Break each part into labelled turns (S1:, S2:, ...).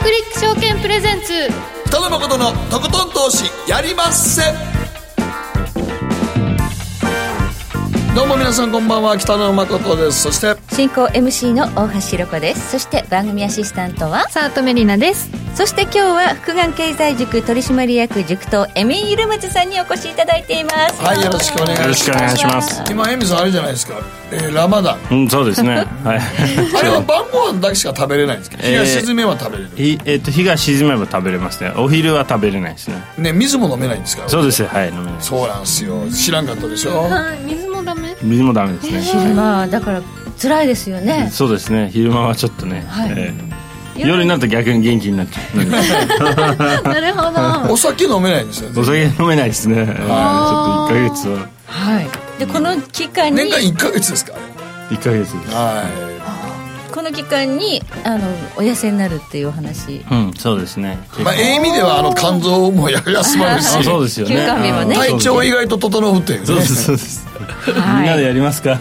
S1: クリック証券プレゼンツ
S2: 北野誠のとことん投資やりまっせどうも皆さんこんばんは北野誠ですそして
S3: 進行 MC の大橋ろ子ですそして番組アシスタントは
S1: サートメリナです
S3: そして今日は福眼経済塾取締役塾頭エミン・ゆるまつさんにお越しいただいています
S2: はいよろしくお願いします
S4: よろしくお願いします。
S2: 今エミさんあれじゃないですか、えーラマダン
S4: うん、そうです ね。はい。
S2: あれは晩ご飯だけしか食べれないんですけど日
S4: え
S2: が
S4: ー
S2: 沈めは食べれる、
S4: いえっ、と、日が沈めば食べれますね。お昼は食べれないですね。
S2: ね水も飲めないんですから
S4: そうです。はい、飲めない。
S2: そうなんですよ知らんかったでしょ
S1: はい水もダメ
S4: 水もダメですね。
S3: まあだから辛いですよね
S4: そうですね。昼間はちょっとね。えー夜になると逆に元気になっちゃうなんか。
S1: なるほど
S2: お酒飲めないんですよ
S4: お酒飲めないですね。えーちょっと
S1: あー
S4: 1ヶ月は、
S3: はいでこの期間
S2: 年
S3: に
S2: 間1か月ですから
S4: 1ヶ月です。
S2: は
S3: この期間にあのお痩せになるっていうお話
S4: うん、そうですね。
S2: いまあええ意味ではあの肝臓もや休まるし
S4: あそうですよね。
S3: 休館日もね
S4: あー
S2: 体調意外と整うっていう
S4: そう
S2: ね
S4: です、そうです。みんなでやりますか。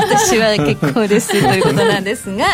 S3: 私は結構ですということなんですが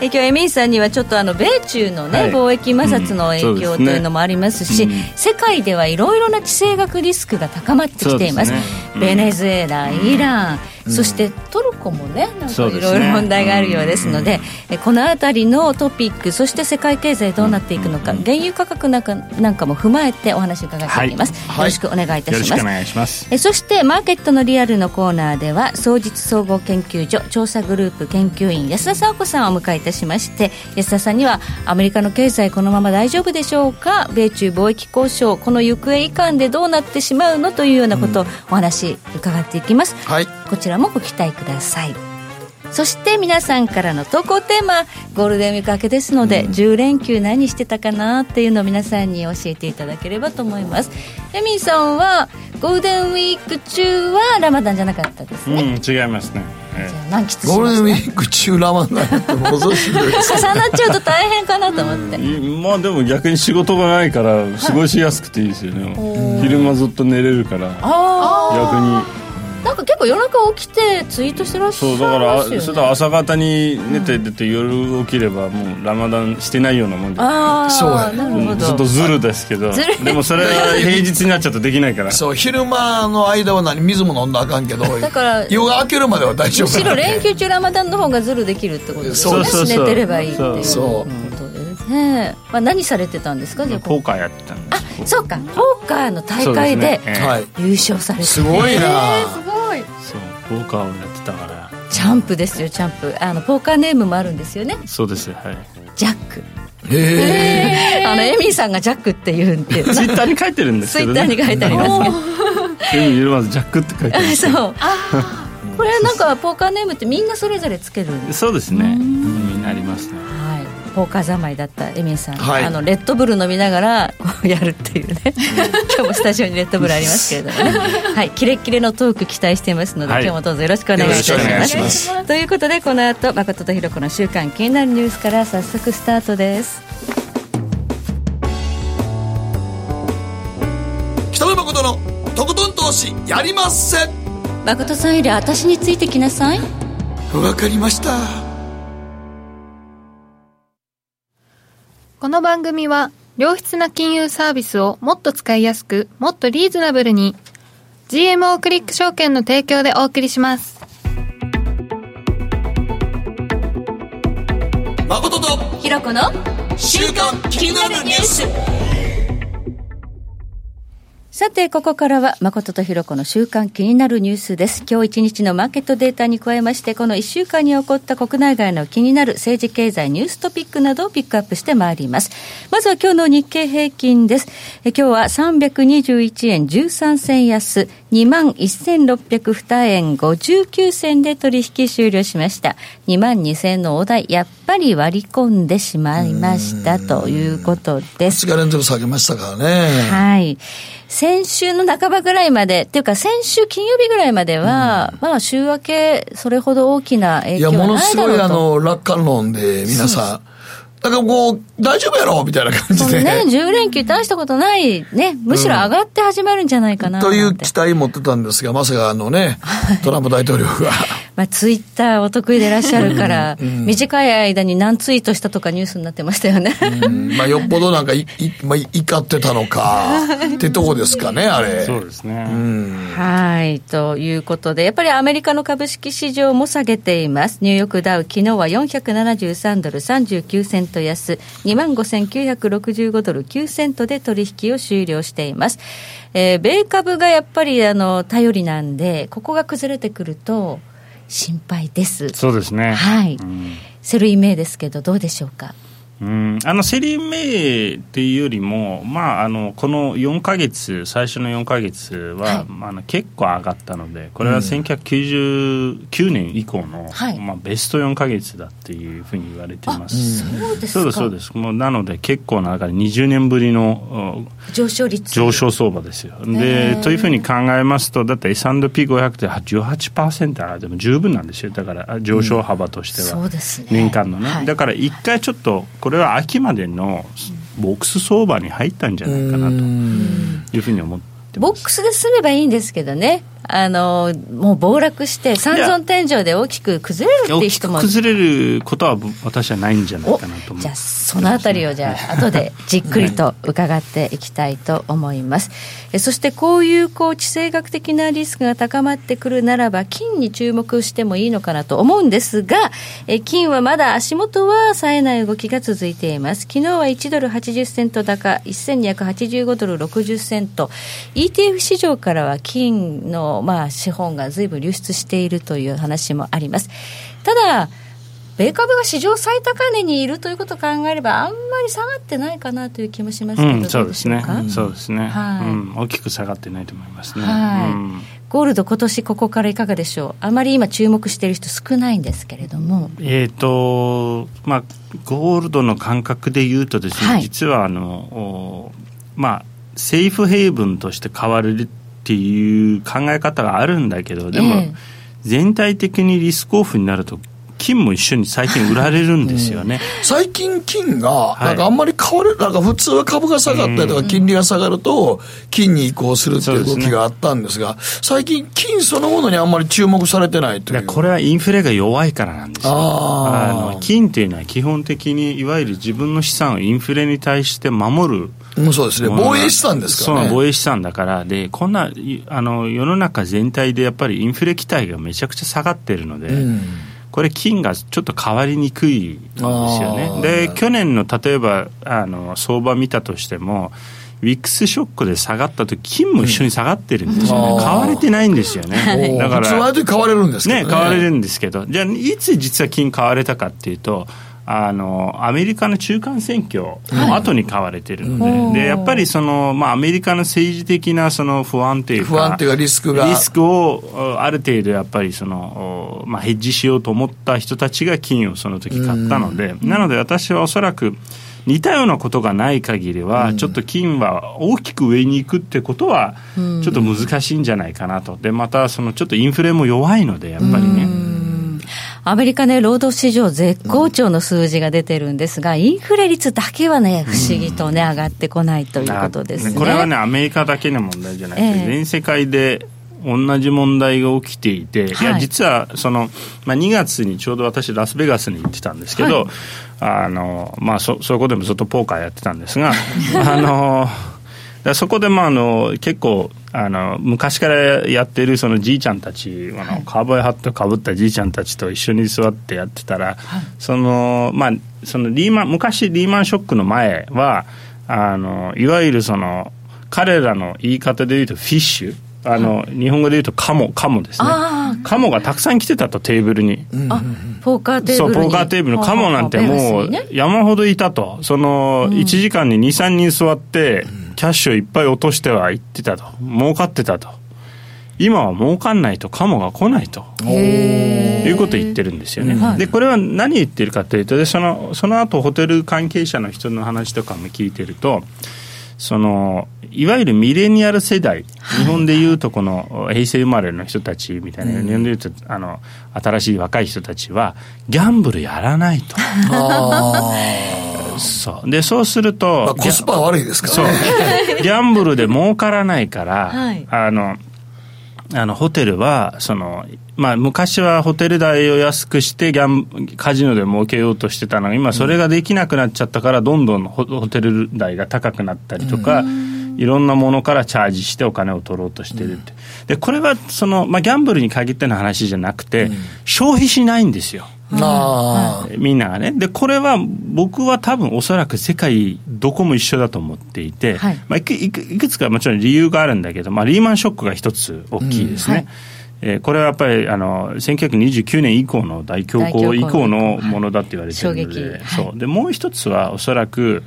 S3: え今日エミンさんにはちょっとあの米中のね、
S4: はい
S3: 貿易摩擦の影
S4: うんそ
S3: 響
S4: う
S3: と
S4: ですね
S3: いうのもありますし、
S4: うん
S3: 世界ではいろいろな地政学リスクが高まってきています
S4: そうですねうん
S3: ベネズエラ、イラン、そしてトルコもねなんか
S4: そう
S3: い
S4: ですね
S3: ろいろ問題があるようですのでえこの辺りのトピックそして世界経済どうなっていくのか、原油価格なんかなんかも踏まえてお話伺っていきます、
S2: はい
S3: よろしくお願いいた
S4: よろ
S3: し
S4: し
S3: ま
S4: く
S3: す
S4: お。願いします。
S3: えそしてマーケットのリアルのコーナーでは総実総合研究所調査グループ研究員安田沙子さんをお迎えいたしまして安田さんにはアメリカの経済このまま大丈夫でしょうか米中貿易交渉この行方いかんでどうなってしまうのというようなことをお話伺っていきます、
S2: はい
S3: こちらもご期待くださいそして皆さんからの投稿テーマゴールデンウィーク明けですので、10連休何してたかなっていうのを皆さんに教えていただければと思いますエミンさんはゴールデンウィーク中はラマダンじゃなかったです
S4: う
S3: ね、
S4: ん、違いますね。えー
S3: じゃあ満喫しま
S2: ゴールデンウィ
S3: した
S2: ーク中ラマンダンってものすごいしんどいです
S3: 重なっちゃうと大変かなと思って
S4: いまあでも逆に仕事がないから過ごしやすくていいですよね、昼間ずっと寝れるから
S3: あ
S4: 逆に
S3: あなんか結構夜中起きてツイートしてらっしゃ
S4: そ
S3: いう
S4: だか
S3: ま
S4: らあ
S3: す
S4: そ
S3: よ
S4: れ
S3: ね
S4: と朝方に寝て出て夜起きればもうラマダンしてないようなもんで
S3: あ
S2: そうや
S3: あなるほど、
S4: うんちょっとズルですけど
S3: ずる
S4: でもそれ は平日になっちゃうとできないか ら
S2: そう昼間の間は何水も飲んだらあかんけど
S3: だから
S2: 夜が明けるまでは大丈
S3: む
S2: 夫
S3: し
S2: な
S3: ろ
S2: んで
S3: 連休中ラマダンの方がズルできるってことです
S2: そ
S3: よ
S2: う
S3: ね
S4: そうそ
S3: 寝
S4: う
S3: てればいいっていう
S2: そう
S3: ことですね、まあ、何されてたんですかじゃあ
S4: ポーカーやってたん
S3: あ
S4: です
S3: そうかポーカーの大会で
S4: そうすねええ
S2: はい
S3: 優勝されて
S2: すごいな
S4: そうポーカーをやってたから
S3: チャンプですよチャンプあのポーカーネームもあるんですよね
S4: そうですはい
S3: ジャック
S2: へえ
S3: あのエミーさんがジャックって言うんで
S4: ツイッターに書いてるんです
S3: ツイ
S4: けど
S3: ッターに書いてありますけど
S4: すけどまずジャックって書いてある
S3: そうこれなんかポーカーネームってみんな それぞれつけるんです
S4: そうですねうんみんなありますね
S3: はいポーカー三昧だったエミーさん、
S2: はい
S3: あのレッドブル飲みながら こうやるっていうね今日もスタジオにレッドブルありますけれども ね、はい、キレッキレのトーク期待していますので、
S4: はい
S3: 今日もどうぞよろしくお願いいたし
S2: よろしくお願
S3: ま
S2: いします
S3: ということでこの後誠とひろ子の週間気になるニュースから早速スタートです
S2: 北野誠のとことん投資やりまっせ
S3: 誠さんより私についてきなさい
S2: わかりました
S5: この番組は良質な金融サービスをもっと使いやすくもっとリーズナブルに GMO クリック証券の提供でお送りします
S2: 誠と
S3: ひろ子の
S2: 週刊気になるニュース
S3: さて、ここからは、誠とひろ子の週間気になるニュースです。今日一日のマーケットデータに加えまして、この一週間に起こった国内外の気になる政治経済ニューストピックなどをピックアップしてまいります。まずは今日の日経平均です。え今日は321円13銭安、21,602円59銭で取引終了しました。22,000円のお題、やっぱり割り込んでしまいましたということです。
S2: 2日連続下げましたからね
S3: はい。先週の半ばぐらいまで、っていうか先週金曜日ぐらいまでは、まあ週明け、それほど大きな影
S2: い
S3: 響
S2: やも
S3: は
S2: の
S3: ない
S2: す
S3: だ
S2: ごい
S3: ろ
S2: あ
S3: うと。
S2: の楽観論で皆さんだからこう大丈夫やろみたいな感
S3: そ
S2: じ
S3: う
S2: で
S3: ね、10連休大したことない、ね、むしろ上がって始まるんじゃないかな
S2: とい
S3: な
S2: うん
S3: て
S2: 期待持ってたんですがまさかあのねトランプ大統領が
S3: まあ、ツイッターお得意でいらっしゃるから、
S2: うん
S3: 短い間に何ツイートしたとかニュースになってましたよね。
S2: うんまあよっぽどなんかい、い、まあ、怒ってたのか、ってとこですかね、あれ。
S4: そうですね、
S2: うん。
S3: はい。ということで、やっぱりアメリカの株式市場も下げています。ニューヨークダウ、昨日は473ドル39セント安、25,965ドル9セントで取引を終了しています。えー米株がやっぱり、あの、頼りなんで、ここが崩れてくると心配です。
S4: そうですね
S3: はい
S4: うん
S3: セルイメイですけど、どうでしょうか。
S4: うん、あのセリーメイっていうよりも、まあ、あのこの4か月、最初の4か月は、まああの結構上がったので、これは1999年以降の、
S3: はい
S4: まあ、ベスト4か月だっていうふうに言われています。
S3: そうですか。
S4: そうですそうですもうなので結構な中で20年ぶりのうん
S3: 上昇率。
S4: 上昇相場ですよ。でというふうに考えますとだって S&P500 って18%上がっても十分なんですよだからあ上昇幅としては、
S3: そうですね
S4: 年間のね、
S3: はい
S4: だから一回ちょっとこれは秋までのボックス相場に入ったんじゃないかなというふうに思ってま
S3: ボ
S4: す
S3: ックスで済めばいいんですけどね、あのもう暴落して、三尊天井で大きく崩れるっていう
S4: 大き
S3: 人
S4: く
S3: も、
S4: 崩れることはぼ私はないんじゃない
S3: お
S4: かなと思う
S3: じゃあ、そのあたりを、じゃあ、後でじっくりと伺っていきたいと思います。えそして、こういうこう地政学的なリスクが高まってくるならば、金に注目してもいいのかなと思うんですが、え金はまだ足元は冴えない動きが続いています。昨日は1ドル80セント高、1285ドル60セント、ETF 市場からは金の、まあ、資本が随分流出しているという話もあります。ただ、米株が史上最高値にいるということを考えればあんまり下がってないかなという気もしますけど、
S4: うん、そうですね
S3: どうでしょうか
S4: そうですね、
S3: はい
S4: うん、大きく下がってないと思いますね、
S3: はい
S4: うん
S3: ゴールド今年ここからいかがでしょうあまり今注目している人少ないんですけれども
S4: えーとまあ、ゴールドの感覚で言うとですね、
S3: はい
S4: 実はあの、おまあ、セーフヘイブンとして変わるっていう考え方があるんだけどでも、
S3: ええ
S4: 全体的にリスクオフになると金も一緒に最近売られるんですよね。
S2: 最近金が、
S4: い
S2: なんかあんまり変われ、なんか普通は株が下がったりとか金利が下がると、金に移行するっていう動
S4: そうで
S2: き
S4: すね
S2: があったんですが、最近金そのものにあんまり注目されてないとい
S4: いや
S2: う。
S4: これはインフレが弱いからなんですよあ
S2: あ
S4: の金っていうのは基本的にいわゆる自分の資産をインフレに対して守る
S2: あ。うんそうですね。防衛資産ですからね。
S4: そう、防衛資産だから。で、こんな、いあの、世の中全体でやっぱりインフレ期待がめちゃくちゃ下がってるので、
S2: うん
S4: これ金がちょっと変わりにくいんです
S2: あ
S4: よね。
S2: ー
S4: で、去年の例えば、あの、相場見たとしても、ウィックスショックで下がったと金も一緒に下がってるんですよね。
S2: うん
S4: 買われてないんですよ ね。だか
S2: 普通はああ
S4: ら
S2: い、う時買われるんですけど
S4: ね、
S2: ね。
S4: 買われるんですけど、じゃあ、いつ実は金買われたかっていうと、あのアメリカの中間選挙の後に買われてるので,、でやっぱりその、まあ、アメリカの政治的なその不安定
S2: 不安定がリスクが
S4: リスクをおある程度やっぱりその、おまあ、ヘッジしようと思った人たちが金をその時買ったので、なので私はおそらく似たようなことがない限りは、ちょっと金は大きく上に行くってことは、ちょっと難しいんじゃないかなと。で、また、そのちょっとインフレも弱いので、やっぱりね。
S3: アメリカね労働市場絶好調の数字が出てるんですが、インフレ率だけはね不思議とね、上がってこないということですね
S4: これはね、アメリカだけの問題じゃなくて、
S3: ええ
S4: 全世界で同じ問題が起きていて、い、
S3: は
S4: や、
S3: い
S4: 実はその、まあ、2月にちょうど私、ラスベガスに行ってたんですけど、あのまあ、そそこでもずっとポーカーやってたんですが、あのだからそこで、まあ、あの結構あの昔からやってるそのじいちゃんたちあの、カーボーイハットかぶったじいちゃんたちと一緒に座ってやってたら、そのまあ、そのリーマン昔リーマンショックの前はあのいわゆるその彼らの言い方で言うとフィッシュあの、日本語で言うとカモカモですね
S3: あ
S4: カモがたくさん来てたとテーブルに。
S3: あポーカーテー
S4: そ
S3: ブ
S4: う
S3: ル
S4: ポ
S3: に
S4: ーカーテーブルのカモなんてもう
S3: ベガスにね
S4: 山ほどいたとその1時間に23人座ってキャッシュをいっぱい落としては行ってたと儲かってたと今は儲かんないとカモが来ないということを言ってるんですよね、
S3: はい
S4: でこれは何言ってるかというとでそのその後ホテル関係者の人の話とかも聞いてるとそのいわゆるミレニアル世代、日本でいうとこの平成生まれの人たちみたいな、日本でいうとあの新しい若い人たちはギャンブルやらないとそうでそうすると、
S2: まあコスパ悪いですか
S4: そう
S2: らね。
S4: ギャンブルで儲からないから、
S3: はい
S4: あのあのホテルはその、まあ、昔はホテル代を安くしてギャンカジノで儲けようとしてたのが今それができなくなっちゃったからどんどんホホテル代が高くなったりとか、いろんなものからチャージしてお金を取ろうとしてるって、でこれはその、まあ、ギャンブルに限っての話じゃなくて、消費しないんですよ。
S2: あ
S4: みんながね。で、これは僕は多分おそらく世界どこも一緒だと思っていて、
S3: はい
S4: まあ、いくいくいくつかもちろん理由があるんだけど、まあ、リーマンショックが一つ大きいです
S3: うん
S4: ね。
S3: はい
S4: えーこれはやっぱりあの1929年以降の大恐慌以降のものだって言われてるので,、
S3: はい衝撃はい
S4: そうでもう一つはおそらく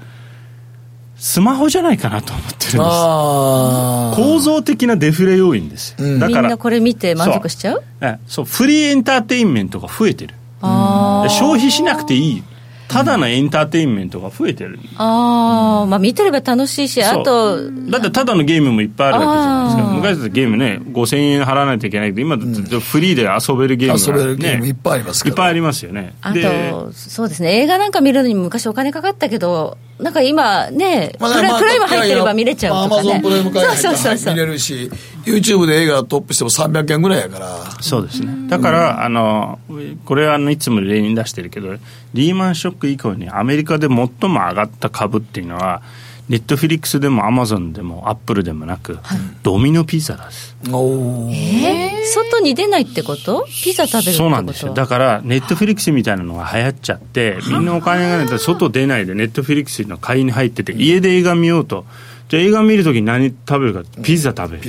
S4: スマホじゃないかなと思ってるんです
S2: あ。ああ。
S4: 構造的なデフレ要因ですよ、
S2: うん
S4: だ
S3: みん
S4: から
S3: なこれ見て満足しちゃう
S4: えそうフリーエンターテインメントが増えてる
S3: あ
S4: で
S3: ー
S4: 消費しなくていいただのエンターテインメントが増えてる
S3: あー、まあ見てれば楽しいし
S4: そう
S3: あと
S4: だってただのゲームもいっぱいあるわけじゃないですか
S3: あー
S4: 昔だってゲームね5000円払わないといけないけど今だってフリーで遊べるゲームが、ね
S2: 遊べるゲームいっぱいあります
S4: い
S2: から
S4: っぱいありますよね
S3: あ
S4: で
S3: とそうですね映画なんか見るのに昔お金かかったけどなんか今ね、
S2: まあ
S3: プラプライム入ってれ
S2: ま
S3: ば
S2: あ
S3: 見れちゃうと
S2: ま
S3: か
S2: あ Amazon
S3: ね
S2: プライム会員
S3: そうそうそうそう
S2: 見れるし、YouTube で映画トップしても300円ぐらいやから。
S4: そうですねだからあのこれはあのいつも例に出してるけどリーマンショック以降にアメリカで最も上がった株っていうのはネットフリックスでもアマゾンでもアップルでもなく、ドミノピザです
S2: おー
S3: え外に出ないってことピザ食べるってこと
S4: そうなんですよだからネットフリックスみたいなのが流行っちゃってみんなお金がないと外出ないでネットフリックスの会員に入ってて家で映画見ようとじゃあ映画見るとき何食べるかピザ食べる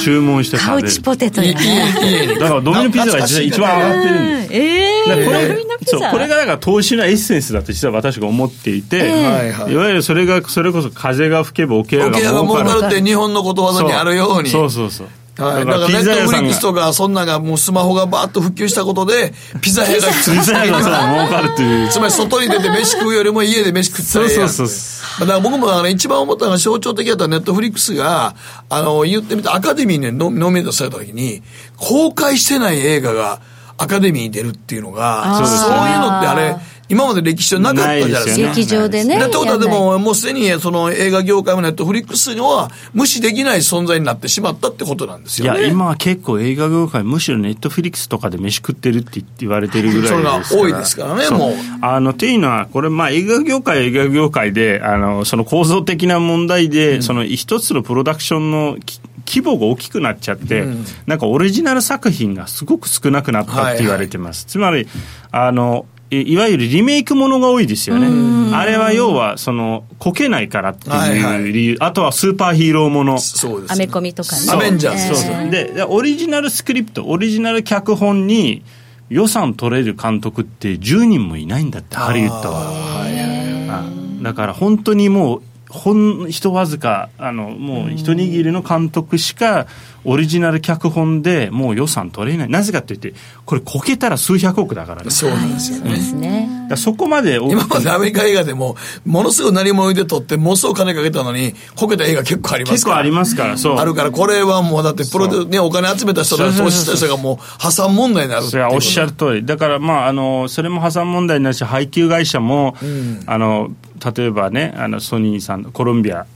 S4: 注文して
S3: カ
S4: 食
S3: ウ
S4: べる
S3: チポテト
S2: いい
S3: や
S2: いいいい
S4: だからドミノピザが実は一番上がってるんです
S3: え
S4: だから
S3: ー、
S4: これ
S3: ドミノピ
S4: そう
S3: ザ
S4: これがだから投資のエッセンスだと実は私が思っていて、
S2: はいはい
S4: いわゆるそれがそれこそ風が吹けば桶屋が
S2: 時計が
S4: 儲
S2: 儲
S4: かる
S2: かるって日本のことわざにあるように。
S4: そうそうそうそう
S2: はい、だからネットフリックスと
S4: が
S2: かそんなんがもうスマホがバーッと普及したことでピザ屋がつ
S4: ピザ屋がそう儲かるっていう
S2: つまり外に出て飯食うよりも家で飯食ったらええやんって
S4: そうそうそ
S2: だから僕もあの一番思ったのが象徴的だったネットフリックスが、あの、言ってみたアカデミーにノノミネートされた時に、公開してない映画がアカデミーに出るっていうのが、
S4: そうです
S2: そういうのってあれ、今まで歴史上なかったじゃないです
S4: な
S2: か
S4: い。
S3: 劇場でね
S2: だってことはで
S3: やんない
S2: も、もうすでにその映画業界もネットフリックスには無視できない存在になってしまったってことなんです
S4: い
S2: よ
S4: や
S2: ね。
S4: 今は結構映画業界むしろネットフリックスとかで飯食ってるって言われてるぐらいですから
S2: それが多いですからね
S4: そ
S2: もう
S4: あのっていうのはこれまあ映画業界は映画業界であのその構造的な問題で、その一つのプロダクションのき規模が大きくなっちゃって、なんかオリジナル作品がすごく少なくなったって言われてます、つまりあのいいわゆるリメイクものが多いですよねあれは要はそのこけないからって
S2: はい
S4: い
S2: は
S4: う理由、あとはスーパーヒーローもの
S2: そうです
S3: ア
S2: ね
S3: メコミとかね
S2: アメンジャーズ
S4: そうそうででオリジナルスクリプトオリジナル脚本に予算取れる監督って10人もいないんだってハリウッドはあだから本当にもうほん人わずかあのもう一握りの監督しかオリジナル脚本でもう予算取れないなぜかといってこれこけたら数百億だからね
S2: そうなんですよ
S3: そうで
S2: ね。
S3: すね
S4: だからそこまで大き く
S2: 今までアメリカ映画でも、ものすごい何も置いて撮って、ものすごい金かけたのに、こけた映画結構あります
S4: 結
S2: か
S4: 構
S2: ら。
S4: ありますからそう
S2: あるから、これはもうだって、プロデュね、お金集めた人だ、投資した人がもう破産問題になるって
S4: そ
S2: い
S4: れ
S2: う
S4: は
S2: こと
S4: おっしゃる通り、だから、まあ、あのそれも破産問題になるし、配給会社も、あの例えばね、あのソニーさん、コロンビア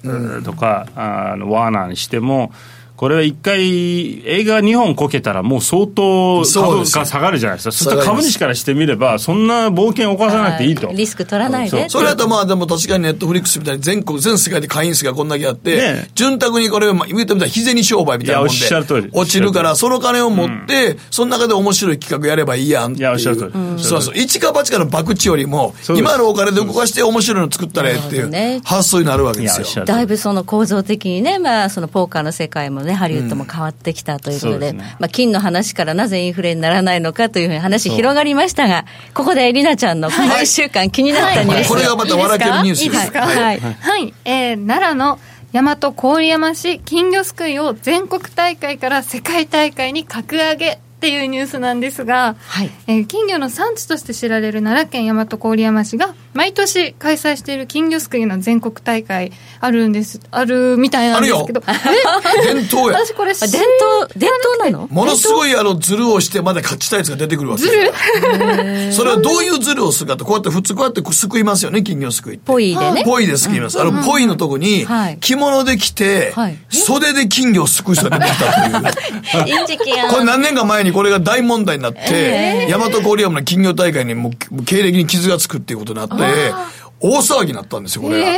S4: とか、あのワーナーにしても、これは一回、映画2本こけたら、もう相当
S2: そう
S4: 株
S2: ですよ
S4: が下がるじゃないですか、そした
S2: 下
S4: ら
S2: がりま
S4: 株
S2: す
S4: 主からしてみれば、そんな冒険を犯さなくていいと。
S3: はいリスク取らない
S4: そう
S3: で
S2: それだとまあでも確かにネットフリックスみたいに全国、全世界で会員数がこんだけあって、
S4: ね
S2: 潤沢にこれ、まあ、言うてみたら日銭商売みたいなもんで、
S4: いやおっしゃる通り
S2: 落ちるか
S4: お
S2: ら、
S4: っ
S2: その金を持って、その中で面白い企画やればいいやんっていう。
S4: いやおっしゃる通りうん
S2: そうそう。一か八かの博打よりも、
S4: そうです
S2: 今のお金で動かして面白いの作ったらええってい
S3: そうです
S2: う
S3: ね
S2: 発想になるわけ
S4: い
S2: で
S4: や
S2: す
S4: お
S2: よ
S4: っ。しゃる通り
S3: だいぶその構造的にね、まあ、そのポーカーの世界もね、ハリウッドも変わってきたということ
S4: そうで
S3: で、
S4: すね
S3: まあ、金の話からなぜインフレにならないのかというふうに話広がりましたが、ここでりなちゃんのこの1週間気になったニュースを、
S2: これがまた笑けるニュース
S1: いいですか
S2: はい
S3: はい
S5: はい、えー、奈良の大和郡山市金魚すくいを全国大会から世界大会に格上げっていうニュースなんですが、
S3: はい
S5: えー金魚の産地として知られる奈良県大和郡山市が毎年開催している金魚すくいの全国大会あるんですあるみたいなんですけど
S2: 伝統
S5: え
S2: や。
S5: 私これ
S3: あ伝統伝統なの
S2: ものすごいあの、ズルをしてまで勝ちたいやつが出てくるわけ。
S5: ずる
S2: それはどういうズルをするかと、こうやって普通こうやってすくいますよね、金魚すくいって。
S3: ポイでね
S2: ポイで救います。あの、ポイのとこに
S3: はい、
S2: 着物で着て
S3: はい、
S2: 袖で金魚を救う人が出てきたという。
S3: インジキア
S2: これ何年か前にこれが大問題になって、大和郡山の金魚大会にもう経歴に傷がつくっていうことになって、大騒ぎになったんですよ、これが。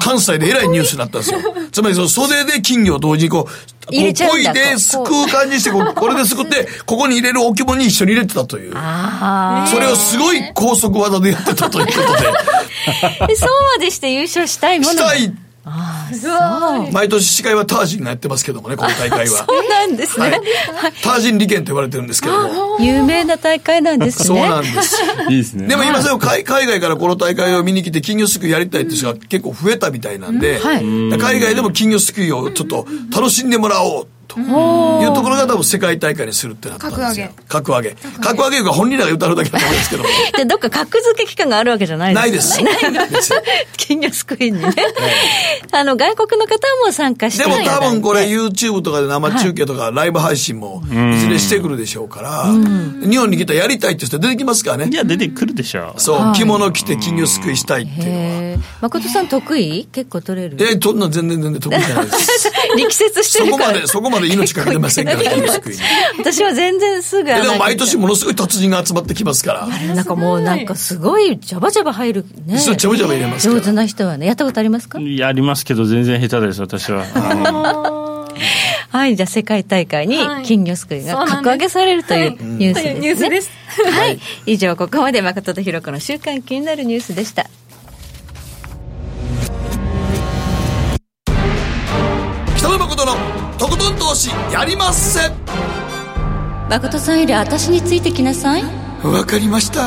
S2: 関西でえらいニュースになったんですよ。つまり、その袖で金魚を同時にこう、こう、
S3: 入れちゃう
S2: こ
S3: ん
S2: い
S3: だ
S2: で、すくう感じにして、こうこれですくって、ここに入れる置物に一緒に入れてたという。
S3: あ
S2: それをすごい高速技でやってたということ
S3: あえそうまでして優勝したい
S2: で、
S3: もの
S2: したい、
S3: そう
S2: 毎年司会はタージンがやってますけどもね、この大会は。
S3: そうなんです
S2: はい
S3: ね、。
S2: タージン利権と言われてるんですけども。
S3: 有名な大会なんです
S2: そう
S3: ね
S2: なんです。
S4: いいですね
S2: でも今それを海海外からこの大会を見に来て金魚すくいやりたいって人が結構増えたみたいなんで、
S3: はい
S2: 海外でも金魚すくいをちょっと楽しんでもらおうと。
S3: おー
S2: いうところが多分世界大会にするってなったんですよ。格上げ。格上げ。格上げいうか本人らが歌うだけだと思うんですけ ども。
S3: でどっか格付け期間があるわけじゃないです
S2: ないです。別に
S3: 金魚すくいにね、あの外国の方も参加して
S2: でも多分これ
S3: う
S2: YouTube とかで生中継とかライブ配信もいずれしてくるでしょうから、日本に来たらやりたいって人出てきますからね。
S4: いや出てくるでしょう
S2: そう、着物着て金魚すくいしたいっていうのは。
S3: へえ誠さん得意結構取れる
S2: えー、そんな全然全然得意じゃない です。
S3: 力説し
S2: そ
S3: てる
S2: こ
S3: か
S2: ま
S3: ら
S2: で、そこまで命かけてませんから、金魚 すくいに。
S3: 私は全然すぐ
S2: え
S3: 穴
S2: でも
S3: 開
S2: 毎
S3: けち
S2: 年
S3: ゃう
S2: ものすごい達人が集まってきますから、
S3: なんかもうなんかすごいジャバジャバ入るね
S2: そうちゃぶちゃぶ入れます
S3: 上
S2: か
S3: 手
S2: ら。
S3: な人はねやったことありますか
S4: やりますけど全然下手です私はあの
S3: はいじゃあ世界大会に
S5: はい
S3: 金魚すくいが
S5: そうなんです
S3: 格上げされるというニュース
S5: と
S3: で
S5: い
S3: す
S5: う
S3: ね
S5: ニュースです。
S3: はい以上ここまで誠とひろ子の週刊気になるニュースでした
S2: 北野誠のとことん投資やりまっせ
S3: 誠さんより私についてきなさい
S2: わかりました。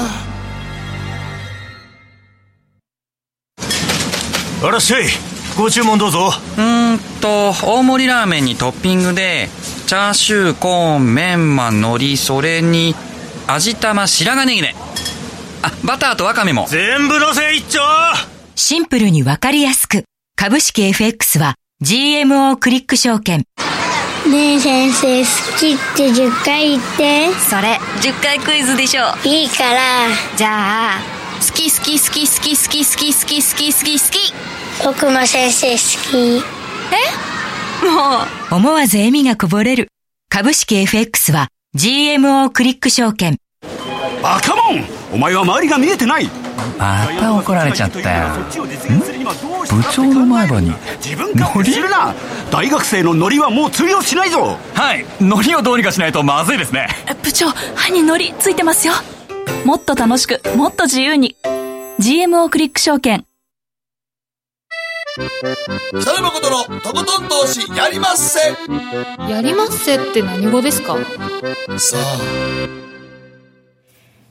S6: あらっしゃいご注文どう
S7: う
S6: ぞ
S7: ーんと大盛りラーメンにトッピングでチャーシューコーンメンマ海苔それに味玉白髪ネギねあバターとワカメも
S6: 全部のせ一丁
S8: シンプルにわかりやすく。株式 FX は GMO クリック証券。
S9: ねえ先生好きって10回言って
S8: それ、10回クイズでしょ
S9: いいから
S8: じゃあ、好き好き好き好き好き好き好き好き好き好き。
S9: 僕も先生好き
S8: 思わず笑みがこぼれる。株式 FX は GMO クリック証券。
S6: バカモンお前は周りが見えてない
S7: また怒られちゃったよ部長の前歯に
S6: 自分勝手するな大学生のノリはもう通用しないぞ
S7: はい海苔をどうにかしないとまずいですね
S10: 部長、歯に糊ついてますよ。もっと楽しく、もっと自由に。GMO クリック証券。
S2: 北野誠のとことん投資やりまっせ
S5: やりますせって何語ですか
S2: さあ、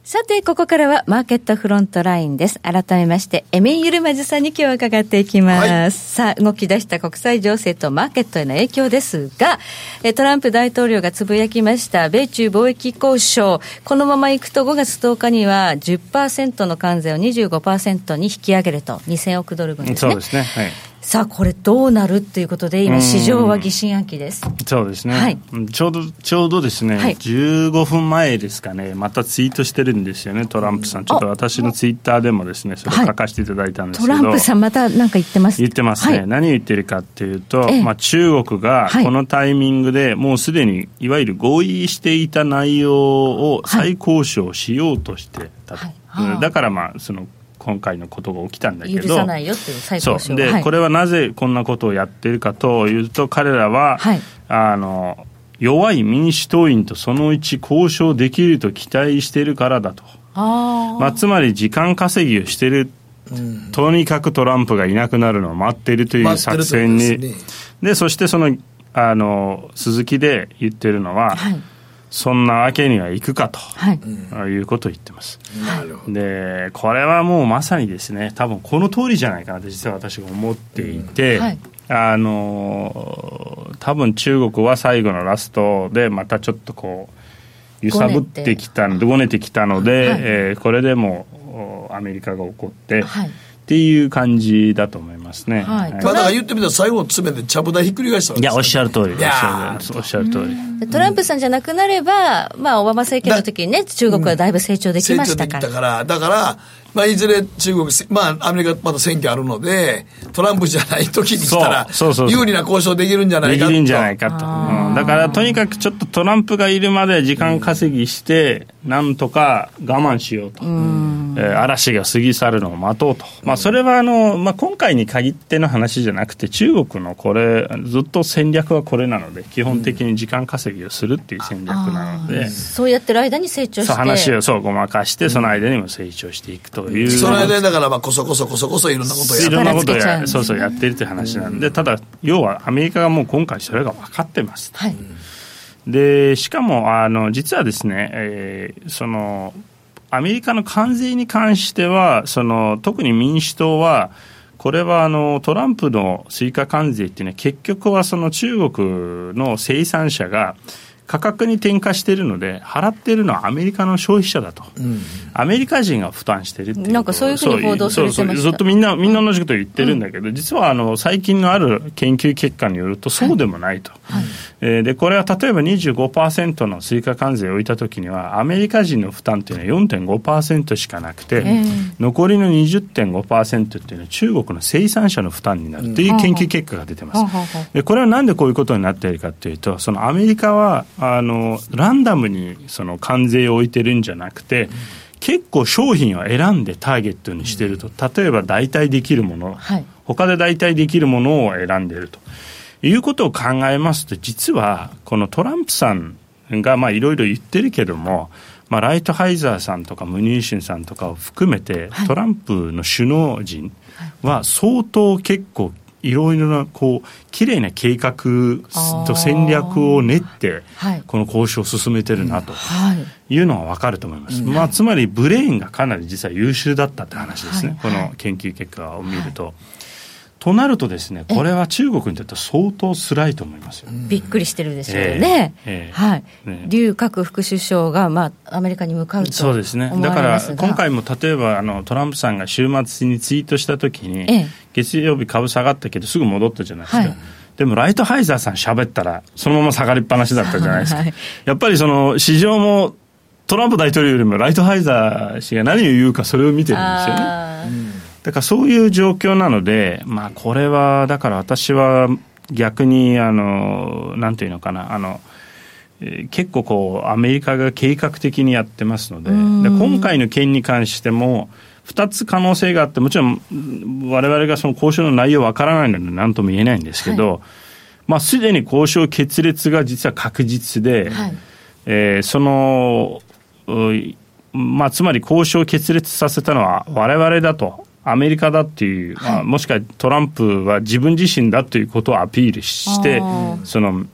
S3: さて、ここからはマーケットフロントラインです。改めまして、エミン・ユルマジさんに今日は伺っていきます。
S2: はい
S3: さあ、動き出した国際情勢とマーケットへの影響ですが、えトランプ大統領がつぶやきました、米中貿易交渉、このままいくと5月10日には10%の関税を25%に引き上げると、2000億ドル分です
S4: そう
S3: ね
S4: で。すねはい
S3: さあ、これどうなるということで、今、市場は疑心暗鬼です。
S4: そうですね、
S3: はい
S4: うんちょうどちょうどですね、
S3: はい
S4: 15分前ですかね、またツイートしてるんですよね、トランプさん、ちょっと私のツイッターでもですね、それ
S3: はい
S4: 書かせていただいたんです
S3: ト
S4: けど、
S3: ランプさん、またなんか言ってます
S4: 言ってますね、
S3: はい
S4: 何言ってるかっていうと、
S3: ええ
S4: まあ、中国が
S3: はい
S4: このタイミングで、もうすでにいわゆる合意していた内容を再交渉しようとしてたと、
S3: はい
S4: うんだから、まあ、その今回のことが起きたんだけど。
S3: 許さないよっていう最
S4: そ
S3: 高賞
S4: うで、これはなぜこんなことをやっているかというと彼らは、
S3: はい
S4: あの弱い民主党員とそのうち交渉できると期待しているからだと、
S3: あ
S4: まあ、つまり時間稼ぎをしている、とにかくトランプがいなくなるのを待っているという
S2: 待って
S4: 作
S2: ると
S4: 戦に、
S2: ですね
S4: でそしてそのあの鈴木で言ってるのは、
S3: あはい
S4: そんなわけにはいくかと。
S3: はい、
S4: いうことを言ってますでこれはもうまさにですね多分この通りじゃないかなと実は私が思っていて、
S3: うんはい
S4: あのー多分中国は最後のラストでまたちょっとこう揺さぶってきたのでごねてきたので、
S3: はい
S4: えーこれでもおアメリカが怒って、
S3: はい
S4: っていう感じだと思いますね。
S3: はい
S2: まあ、だから言ってみたら最後詰めてちゃぶ台ひっくり返したわけ
S4: い
S2: で
S4: や
S2: す
S4: おっしゃる通りおっ
S2: い
S4: し
S2: や
S4: ゃるおっしゃる通り
S3: でトランプさんじゃなくなれば、まあ、オバマ政権の時にね、中国はだいぶ成長でき
S2: 成
S3: ま
S2: 長
S3: した
S2: でき
S3: か
S2: た
S3: ら。
S2: から、だから、まあ、いずれ中国、まあ、アメリカまだ選挙あるので、トランプじゃない時に来たら
S4: そうそうそう、そう
S2: 有利な交渉できるんじゃない
S4: でき
S2: かと。
S4: るんじゃないかと、うんだからとにかくちょっとトランプがいるまで時間稼ぎしてなんとか我慢しようと、えー嵐が過ぎ去るのを待とうと、まあ、それはあの、まあ、今回に限っての話じゃなくて中国のこれずっと戦略はこれなので基本的に時間稼ぎをするっていう戦略なので。
S3: そうやってる間に成長して。
S4: そう話をそうごまかして、その間にも成長していくという、
S2: その間だから、まあ、こそこそこそこそいろんなことをや
S4: いろ
S2: る。
S4: んなこと
S3: 力つ
S4: を
S3: けちゃう
S4: や
S3: んです
S4: そうそうやってるって話なんで、ただ要はアメリカがもう今回それが分かってますと
S3: はい。
S4: でしかもあの実はですね、えーそのアメリカの関税に関してはその特に民主党はこれはあのトランプの追加関税っていうのは結局はその中国の生産者が価格に転嫁しているので払っているのはアメリカの消費者だと、アメリカ人が負担してるっていう
S3: なんかそういうふうに報道されてました
S4: そうそうずっとみんなみんな同じこと言ってるんだけど、実はあの最近のある研究結果によるとそうでもないと、えーでこれは例えば25%の追加関税を置いた時にはアメリカ人の負担っていうのは4.5%しかなくて、残りの20.5%っていうのは中国の生産者の負担になるという研究結果が出てます、でこれはなんでこういうことになっているかというとそのアメリカはあのランダムにその関税を置いてるんじゃなくて、結構商品を選んでターゲットにしてると、例えば代替できるもの、
S3: はい
S4: 他で代替できるものを選んでいるということを考えますと、実はこのトランプさんがまあいろいろ言ってるけども、まあ、ライトハイザーさんとかムニューシンさんとかを含めて、トランプの首脳陣は相当結構いろいろなこう綺麗な計画と戦略を練って
S3: はい
S4: この交渉を進めてるなと
S3: はい。
S4: いうのは分かると思います、まあ、つまりブレインがかなり実は優秀だったって話ですね、この研究結果を見ると。となるとですねこれは中国にとっては相当辛いと思いますよ。
S3: びっくりしてるでしょうね。
S4: ええええ
S3: はい
S4: ね。
S3: 劉郭副首相が、まあ、アメリカに向かうと。
S4: そうですねだから今回も例えばあのトランプさんが週末にツイートした時に、
S3: ええ
S4: 月曜日株下がったけどすぐ戻ったじゃないですか、
S3: はい
S4: でもライトハイザーさん喋ったらそのまま下がりっぱなしだったじゃないですか、
S3: はい
S4: やっぱりその市場もトランプ大統領よりもライトハイザー氏が何を言うかそれを見てるんですよね
S3: あー
S4: だからそういう状況なので、まあ、これは、だから私は逆に、あの、なんていうのかな、あの、えー結構こう、アメリカが計画的にやってますので、で今回の件に関しても、2つ可能性があって、もちろん、うん我々がその交渉の内容わからないので、なんとも言えないんですけど、まあ、すでに交渉決裂が実は確実で、
S3: はい
S4: えーその、うまあ、つまり交渉を決裂させたのは我々だと、アメリカだっていう、まあもしくはトランプは自分自身だということをアピールして
S3: あ、ー
S4: その、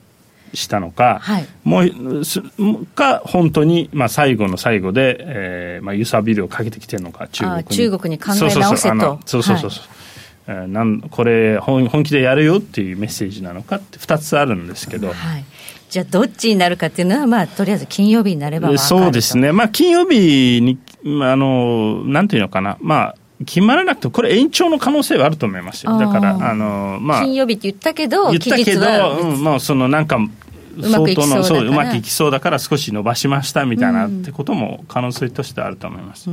S4: したのか、
S3: はい
S4: もうすか本当に、まあ、最後の最後で、えーまあ、揺さびりをかけてきてるのか中国
S3: あ
S4: に
S3: ー中国に考え直せと
S4: そうそうそうあのそうそうそうそうえーなんこれ本本気でやるよっていうメッセージなのかって2つあるんですけど、
S3: はい。じゃあ、どっちになるかっていうのは、まあ、とりあえず金曜日になればわかると
S4: そうです。ね、まあ、金曜日に、まあ、あのなんていうのかな、まあ、決まらなくても、これ、延長の可能性はあると思いますよ、だから、
S3: あー
S4: あのまあ、
S3: 金曜日って言ったけど、
S4: 言った
S3: 期
S4: け
S3: 日は
S4: ど、うん、まあ、そのなんか、
S3: まくいきそうだから
S4: そううまくいきそうだから、少し伸ばしましたみたいな、ってことも可能性としてあると思います。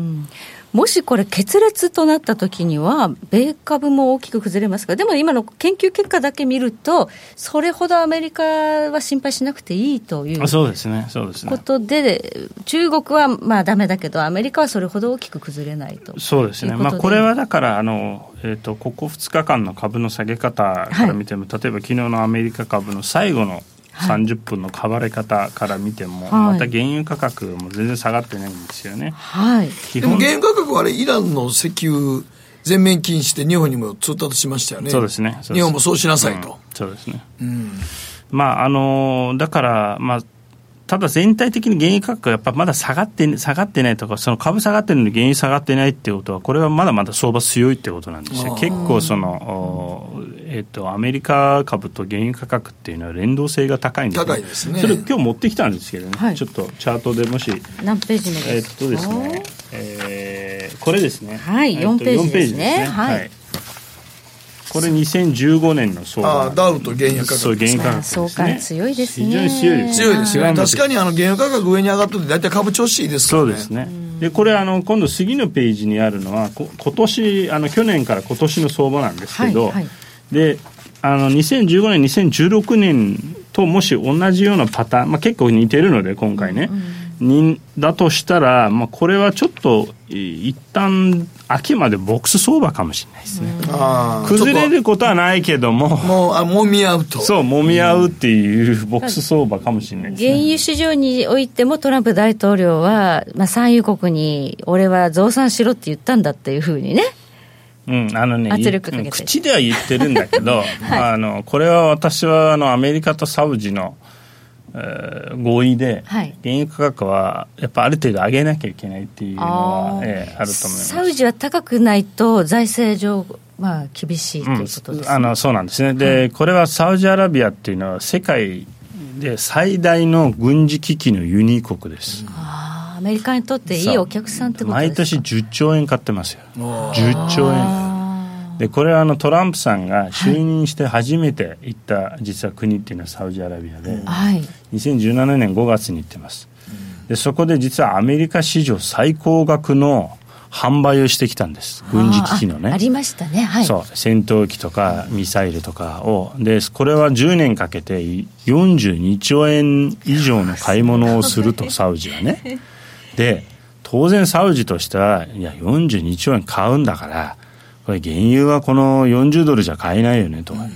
S3: もしこれ、決裂となった時には、米株も大きく崩れますが、でも今の研究結果だけ見ると、それほどアメリカは心配しなくていいという
S4: あそうですね、そうです
S3: こ
S4: ね。
S3: とで、中国はまあだめだけど、アメリカはそれほど大きく崩れないと。
S4: そうですね、
S3: というこ
S4: ま
S3: と
S4: あ、
S3: で
S4: これはだからあの、えー、とここ2日間の株の下げ方から見ても、例えば昨日のアメリカ株の最後の30分の買われ方から見ても、
S3: はい
S4: また原油価格も全然下がってないんですよね。
S3: はい。
S4: 基
S2: でも原油価格はあれ、イランの石油全面禁止して日本にも通達しましたよね。
S4: そうですね。そうです
S2: 日本もそうしなさいと。
S4: うんそうですね。まあ、あの、だから、まあ、ただ全体的に原油価格がやっぱまだ下がって下がってないとか、その株下がってるのに原油下がってないってことは、これはまだまだ相場強いってことなんですよ。結構その、えっと、アメリカ株と原油価格っていうのは連動性が高いんです、ね、
S2: 高いですね。
S4: それ今日持ってきたんですけどね、はい、ちょっとチャートでもし。
S3: 何ページ目
S4: えっとですね、えー、これですね。
S3: はい、4ページですね。
S4: すねはい、はいこれ2015年の相
S2: 場ダウと原油価格
S4: そう原油価格、ね、
S3: 相関強いですね
S4: 非常に強いです
S2: 強いですよね確かにあの原油価格上に上がってて大体株調子いいですから
S4: ねそうですねでこれあの今度次のページにあるのはこ今年あの去年から今年の相場なんですけど、はいはい、であの2015年2016年ともし同じようなパターン、まあ、結構似てるので今回ね、うん、にだとしたら、まあ、これはちょっと一旦秋までボックス相場かもしれないですね、うん、崩れることはないけども
S2: もうあ揉み合うと
S4: そう揉み合うっていうボックス相場かもしれないです、ね、
S3: 原油市場においてもトランプ大統領は、まあ、産油国に俺は増産しろって言ったんだっていうふうにね
S4: うん、あのね、
S3: 圧力かけて
S4: 口では言ってるんだ けど、はい、あのこれは私はあのアメリカとサウジの、えー、合意で、はい、原油価格はやっぱある程度上げなきゃいけないっていうのはあ,、えー、あると思います
S3: サウジは高くないと財政上まあ厳しいということです、ねうん、あ
S4: のそうなんですねで、はい、これはサウジアラビアっていうのは世界で最大の軍事危機の輸入国です、
S3: うんアメリカにとっていいお客さんってこと
S4: 毎年10兆円買ってますよ10兆円でこれはあのトランプさんが就任して初めて行った、はい、実は国っていうのはサウジアラビアで、はい、2017年5月に行ってますでそこで実はアメリカ史上最高額の販売をしてきたんです軍事機器のね
S3: ありましたねはい
S4: そう戦闘機とかミサイルとかをでこれは10年かけて42兆円以上の買い物をする とサウジはねで当然サウジとしてはいや42兆円買うんだからこれ原油はこの40ドルじゃ買えないよねとか、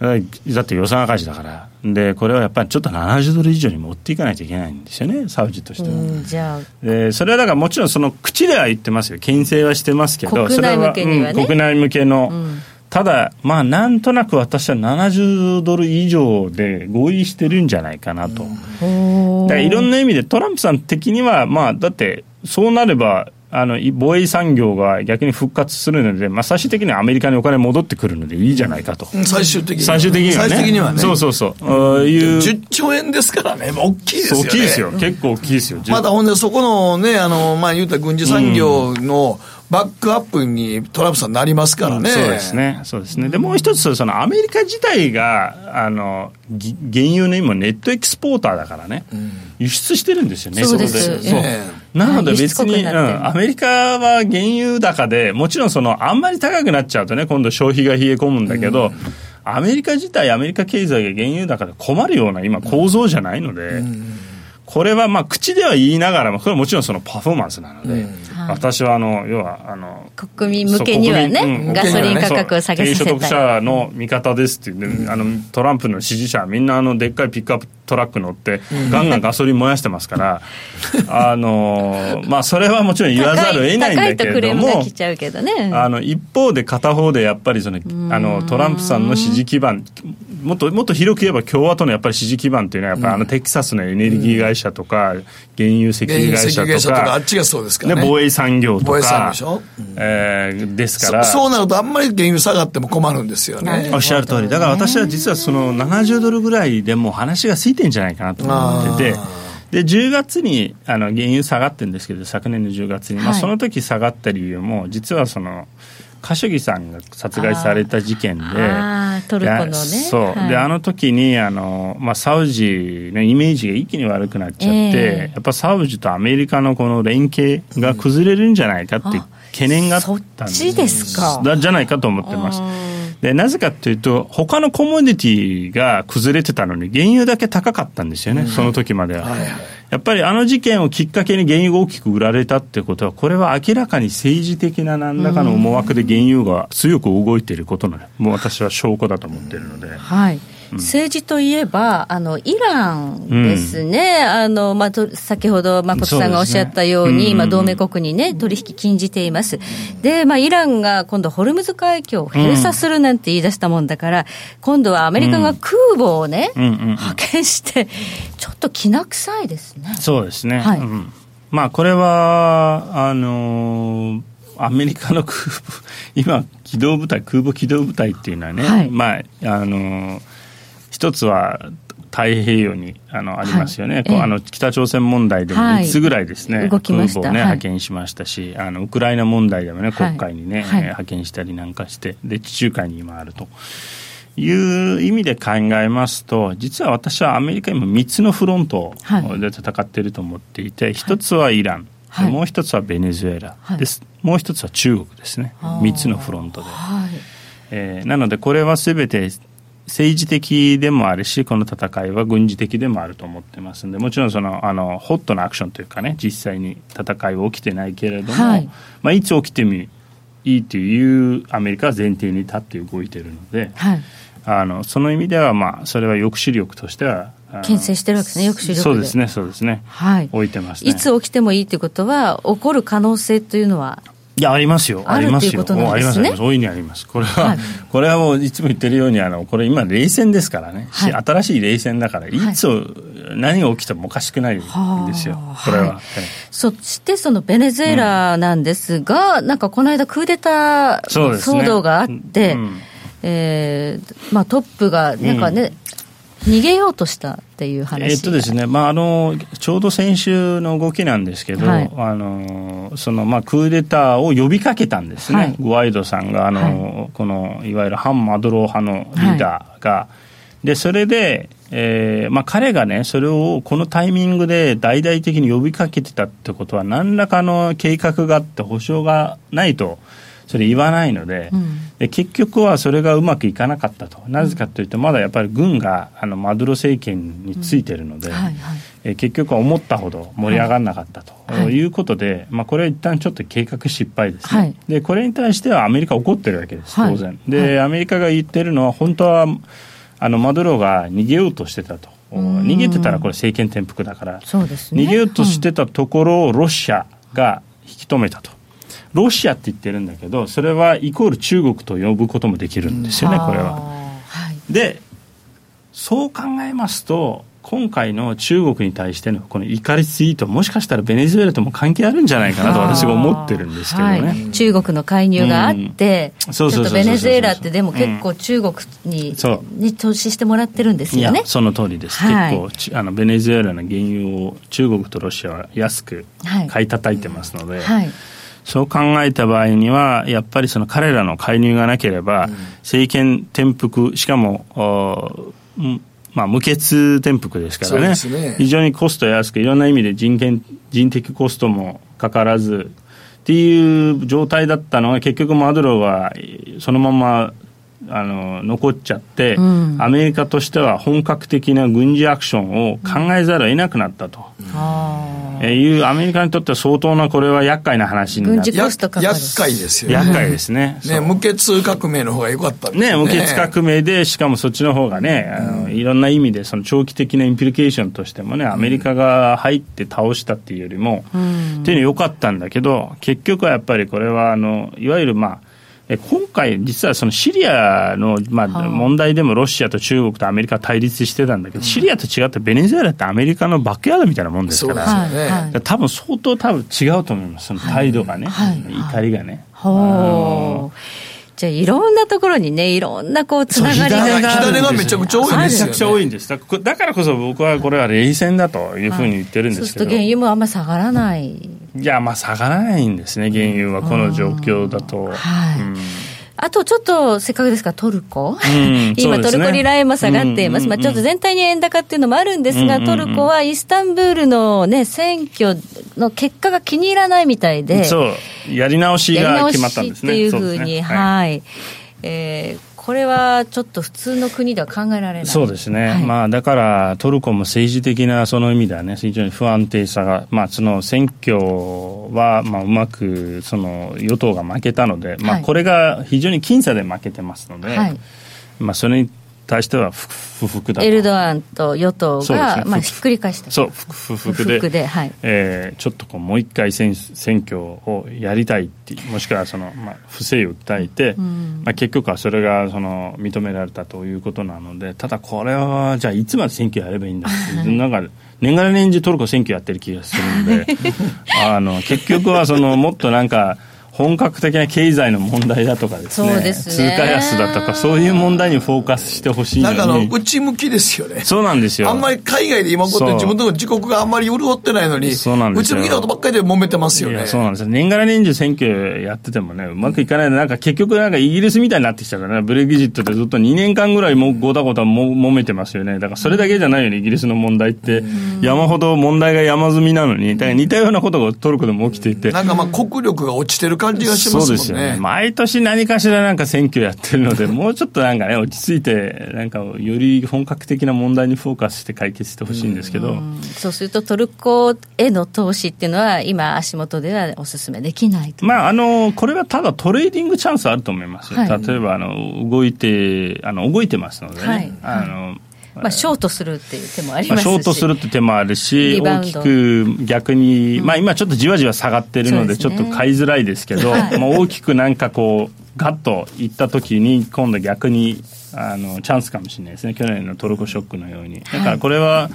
S4: うん、だって予算赤字だからでこれはやっぱりちょっと70ドル以上に持っていかないといけないんですよねサウジとしては、
S3: じゃあ
S4: でそれはだからもちろんその口では言ってますよ牽制はしてますけど
S3: 国内向けには、ね、
S4: うん、国内向けの、うんただ、まあ、なんとなく私は70ドル以上で合意してるんじゃないかなと、うん、だからいろんな意味でトランプさん的には、まあ、だってそうなればあの防衛産業が逆に復活するので、まあ、最終的にはアメリカにお金戻ってくるのでいいじゃないかと、
S2: 最終的に
S4: 最終的にはね、
S2: 最終的にはね
S4: そうそうそう、うん、いう
S2: 10兆円ですからね、大きいですよ、ね、
S4: 大きいですよ、結構大きいですよ、
S2: まだほんで、そこのね、あのまあ、言うたら軍事産業の、うんバックアップにトランプさんなりますからね。
S4: そうですね。そうですね。で、もう一つ、そのアメリカ自体が、あの、原油の今ネットエキスポーターだからね、うん、輸出してるんですよね、
S3: そうです。
S4: そう。なので別に、うん、アメリカは原油高で、もちろんその、あんまり高くなっちゃうとね、今度消費が冷え込むんだけど、うんアメリカ自体、アメリカ経済が原油高で困るような今構造じゃないので、うんこれはまあ口では言いながらも、これはもちろんそのパフォーマンスなので、私はあの要はあの
S3: 国民向けにはね、ガソリン価格を下げ
S4: 低所得者の味方ですって言って、あのトランプの支持者はみんなあのでっかいピックアップトラック乗って、ガンガンガソリン燃やしてますから、あのまあ、それはもちろん言わざるを得ないんだけれども、あの一方で片方でやっぱりそのあのトランプさんの支持基盤、もっともっと広く言えば共和党のやっぱり支持基盤というのはやっぱりあのテキサスのエネルギー会社とか原油石油会社とか
S2: あっちがそうですからね
S4: 防衛産業とか
S2: 防
S4: えですから
S2: そうなるとあんまり原油下がっても困るんですよね
S4: おっしゃる通りだから私は実はその70ドルぐらいでもう話がついてんじゃないかなと思ってて。で10月にあの原油下がってるんですけど昨年の10月に、まあ、その時下がった理由も実はそのカシュギさんが殺害された事件で、
S3: トルコのね。
S4: そう、はい、で、あの時に、あの、まあ、サウジのイメージが一気に悪くなっちゃって、えー、やっぱサウジとアメリカのこの連携が崩れるんじゃないかって懸念があったん
S3: です。そっちですか。
S4: じゃないかと思ってます。で、なぜかというと、他のコモディティが崩れてたのに、原油だけ高かったんですよね、うん、その時までは。はいはいやっぱりあの事件をきっかけに原油が大きく売られたってことは、これは明らかに政治的な何らかの思惑で原油が強く動いていることの、もう私は証拠だと思っているので。
S3: はい政治といえば、あのイランですね、あのまあ、と先ほど、まあ、国さんがおっしゃったよう
S4: そうです
S3: に、
S4: ね
S3: まあ、
S4: うん
S3: 同盟国に、ね、取引禁じています、でまあ、イランが今度、ホルムズ海峡を閉鎖するなんて言い出したもんだから、今度はアメリカが空母をね、
S4: うんうんうん
S3: 派遣して、ちょっときな臭いですね。
S4: そうですね、
S3: はい
S4: うんまあこれはあのーアメリカの空母 今機動部隊空母機動部隊っていうのはね、
S3: はい
S4: まああのー一つは太平洋にあのありますよね、こう
S3: ええ
S4: あの北朝鮮問題でも
S3: はい
S4: 3つぐらいですね、
S3: 動きました
S4: 空母をね、
S3: はい
S4: 派遣しましたしあのウクライナ問題でもね
S3: はい
S4: 国会に
S3: は
S4: ね、
S3: い
S4: えー派遣したりなんかしてで地中海に今あると。いう意味で考えますと、実は私はアメリカ今3つのフロント
S3: はい
S4: で戦っていると思っていて、一つはイラン、
S3: はい
S4: もう一つはベネズエラです、もう一つは中国ですね、
S3: あー
S4: 3つのフロントで。
S3: はい
S4: えーなので、これはすべて政治的でもあるし、この戦いは軍事的でもあると思ってますんで、もちろんそのあのホットなアクションというかね、実際に戦いは起きてないけれども、
S3: はい
S4: いまあ、いつ起きてもいいというアメリカは前提に立って動いているので、
S3: はい
S4: あのその意味では、まあ、それは抑止力としては、あの
S3: 牽制してるわけですね抑止力で
S4: そうですね、そうですね、
S3: はい
S4: 置いてますね。
S3: いつ起きてもいいということは、起こる可能性というのは、
S4: いや、ありますよ。
S3: あ
S4: あ
S3: る
S4: ります
S3: っていう
S4: よ。
S3: ことなん
S4: おあり
S3: で
S4: ますす
S3: ね
S4: あります大いにあります。これは、
S3: はい
S4: これはもういつも言ってるように、あの、これ今、冷戦ですからね。し
S3: はい
S4: 新しい冷戦だから、いつ、何が起きてもおかしくないんですよ。これは。
S3: は
S4: ええ
S3: そしてそのベネズエラなんですが、なんかこの間、クーデター
S4: そうですね
S3: 騒動があって、
S4: うん
S3: えーまあ、トップがなんかね、逃げようとしたっていう話が
S4: えっとですね、まあ、あのちょうど先週の動きなんですけど、
S3: はい
S4: あのそのまあ、クーデターを呼びかけたんですね、
S3: はい
S4: グワイドさんがあの、このいわゆる反マドロー派のリーダーが、でそれで、えーまあ、彼がね、それをこのタイミングで大々的に呼びかけてたってことは、何らかの計画があって、保証がないと。それ言わないので,、で結局はそれがうまくいかなかったとなぜかというとまだやっぱり軍があのマドロ政権についてるので、
S3: はいはい
S4: えー結局は思ったほど盛り上がらなかったと、い、うことで、まあ、これは一旦ちょっと計画失敗ですね、
S3: はい
S4: でこれに対してはアメリカ怒ってるわけです
S3: はい
S4: 当然、で、アメリカが言ってるのは本当はあのマドローが逃げようとしてたと逃げてたらこれ政権転覆だから
S3: そうですね
S4: 逃げようとしてたところをロシアが引き止めたと。ロシアって言ってるんだけどそれはイコール中国と呼ぶこともできるんですよね、これは。
S3: はい
S4: でそう考えますと今回の中国に対してのこの怒りツイートもしかしたらベネズエラとも関係あるんじゃないかなと私が思ってるんですけどね、
S3: はい、中国の介入があって、
S4: うん
S3: ち
S4: そ
S3: ょ
S4: う
S3: っ
S4: そう
S3: と
S4: そうそう
S3: ベネズエラって、でも結構、中国に,、
S4: そう
S3: に投資してもらってるんです
S4: い
S3: よ
S4: や
S3: ね。
S4: その通りです、
S3: はい
S4: 結構ちあのベネズエラの原油を中国とロシアは安く
S3: はい
S4: 買い叩いてますので、
S3: はい
S4: そう考えた場合には、やっぱりその彼らの介入がなければ、政権転覆、しかも、おうんまあ、無血転覆ですからね
S2: そうですね
S4: 非常にコスト安く、いろんな意味で人権人的コストもかからずっていう状態だったのが、結局、マドローはそのままあの残っちゃって、
S3: ん
S4: アメリカとしては本格的な軍事アクションを考えざるを得なくなったと。えーいうアメリカにとっては相当なこれは厄介な話になっ
S3: 軍
S4: て
S3: 事コストかかる
S2: や厄介ですよ
S4: 厄
S2: ね。
S4: 介ですね。そ
S2: ね、
S4: う
S2: 無血革命の方が良かったんです
S4: ね、無血革命で、しかもそっちの方がね、あのいろんな意味で、その長期的なインプリケーションとしてもね、アメリカが入って倒したっていうよりも、っていうのは良かったんだけど、結局はやっぱりこれは、あの、いわゆるまあ、え今回、実はそのシリアの、まあ、問題でもロシアと中国とアメリカは対立してたんだけど、シリアと違ってベネズエラってアメリカのバックヤードみたいなもんです
S2: そ
S4: か
S2: う
S4: ら、
S2: なんですよね。
S3: はいはい
S4: 多分相当多分違うと思います、その態度がね、
S3: はい
S4: 怒りがね。
S3: ほうじゃあいろんなところにねいろんなこうつながり
S2: そう
S3: が
S2: 左が左がめちゃくちゃ多いんですよね
S4: めちゃくちゃ多いんですだからだからこそ僕はこれは冷戦だというふうに言ってるんで
S3: そう
S4: す
S3: す
S4: け
S3: ると
S4: ど、
S3: 原
S4: い
S3: 油もあんま下がらない、
S4: やまあ下がらないんですね原油はこの状況だと、
S3: はい
S4: うん
S3: あとちょっとせっかくですからトルコ、
S4: ん
S3: 今、
S4: そうで
S3: ト
S4: すね
S3: ルコリラ円も下がっています、
S4: うん
S3: まあ、
S4: うんうん
S3: ちょっと全体に円高っていうのもあるんですが、
S4: うんうんう
S3: ト
S4: ん
S3: ルコはイスタンブールの、ね、選挙の結果が気に入らないみたいで、
S4: そうやり直し
S3: やり
S4: が
S3: 直
S4: 決まった
S3: し
S4: ん
S3: っ
S4: です
S3: て
S4: ね
S3: いうふ
S4: そう
S3: う
S4: です
S3: に、
S4: ね
S3: はいえーこれはちょっと普通の国では考えられない。
S4: そうですね、
S3: はい
S4: まあ、だからトルコも政治的なその意味ではね、非常に不安定さが、まあ、その選挙は、まあ、うまくその与党が負けたので、ま
S3: は
S4: あ、
S3: い
S4: これが非常に僅差で負けてますので、
S3: はい
S4: まあ、それに対しては不不服だと
S3: エルドアンと与党
S4: そうです
S3: が、
S4: ね
S3: まあ、ひっくり返した
S4: そう不不服で
S3: 不服ではい
S4: えーちょっとこうもう一回選選挙をやりたいっていうもしくはその、まあ、不正を訴えて、
S3: うん
S4: まあ、結局はそれがその認められたということなのでただこれはじゃあいつまで選挙やればいいんだっていうなん か年がら年中トルコ選挙やってる気がするんであの結局はそのもっとなんか本格的な経済の問題だとかですね
S3: そうですね
S4: 通貨安だとかそういう問題にフォーカスしてほしい
S2: な
S4: の
S2: ん
S4: に
S2: かあの、内向きですよね。
S4: そうなんですよ
S2: あんまり海外で今起こってる
S4: そう
S2: 自分の自国があんまり潤ってないのに、
S4: そうなんですよ
S2: 内向きなことばっかりで揉めてますよ
S4: い
S2: ね
S4: や。そうなんですよ年がら年中選挙やっててもねうまくいかないでなんか結局なんかイギリスみたいになってきたからねブレグジットでずっと2年間ぐらいもうごたごたも揉めてますよねだからそれだけじゃないよねイギリスの問題って山ほど問題が山積みなのにだから似たようなことがトルコでも起きていて
S2: なんかまあ国力が落ちてる感じがし
S4: そ
S2: ま
S4: う
S2: すもん
S4: で
S2: ね。
S4: すよね毎年何かしらなんか選挙やってるの でもうちょっとなんかね落ち着いてなんかより本格的な問題にフォーカスして解決してほしいんですけど、
S3: そうするとトルコへの投資っていうのは今足元ではお勧めできないと、
S4: まあ、あのこれはただトレーディングチャンスあると思いますよ、
S3: はい
S4: 例えばあの動いてあの動いてますのでね、
S3: はい
S4: あの
S3: まあ、ショートするっていう手もあり
S4: ま
S3: ますし、
S4: あ、ショートするって手もあるし
S3: リバウ
S4: 大
S3: ン
S4: き
S3: ド
S4: く逆に、まあ、今ちょっとじわじわ下がってるのでち
S3: そ
S4: ょ
S3: う
S4: っ
S3: です
S4: と
S3: ね
S4: 買いづらいですけど、まあ、大きくなんかこうガッといった時に今度逆にあのチャンスかもしれないですね去年のトルコショックのようにだからこれは、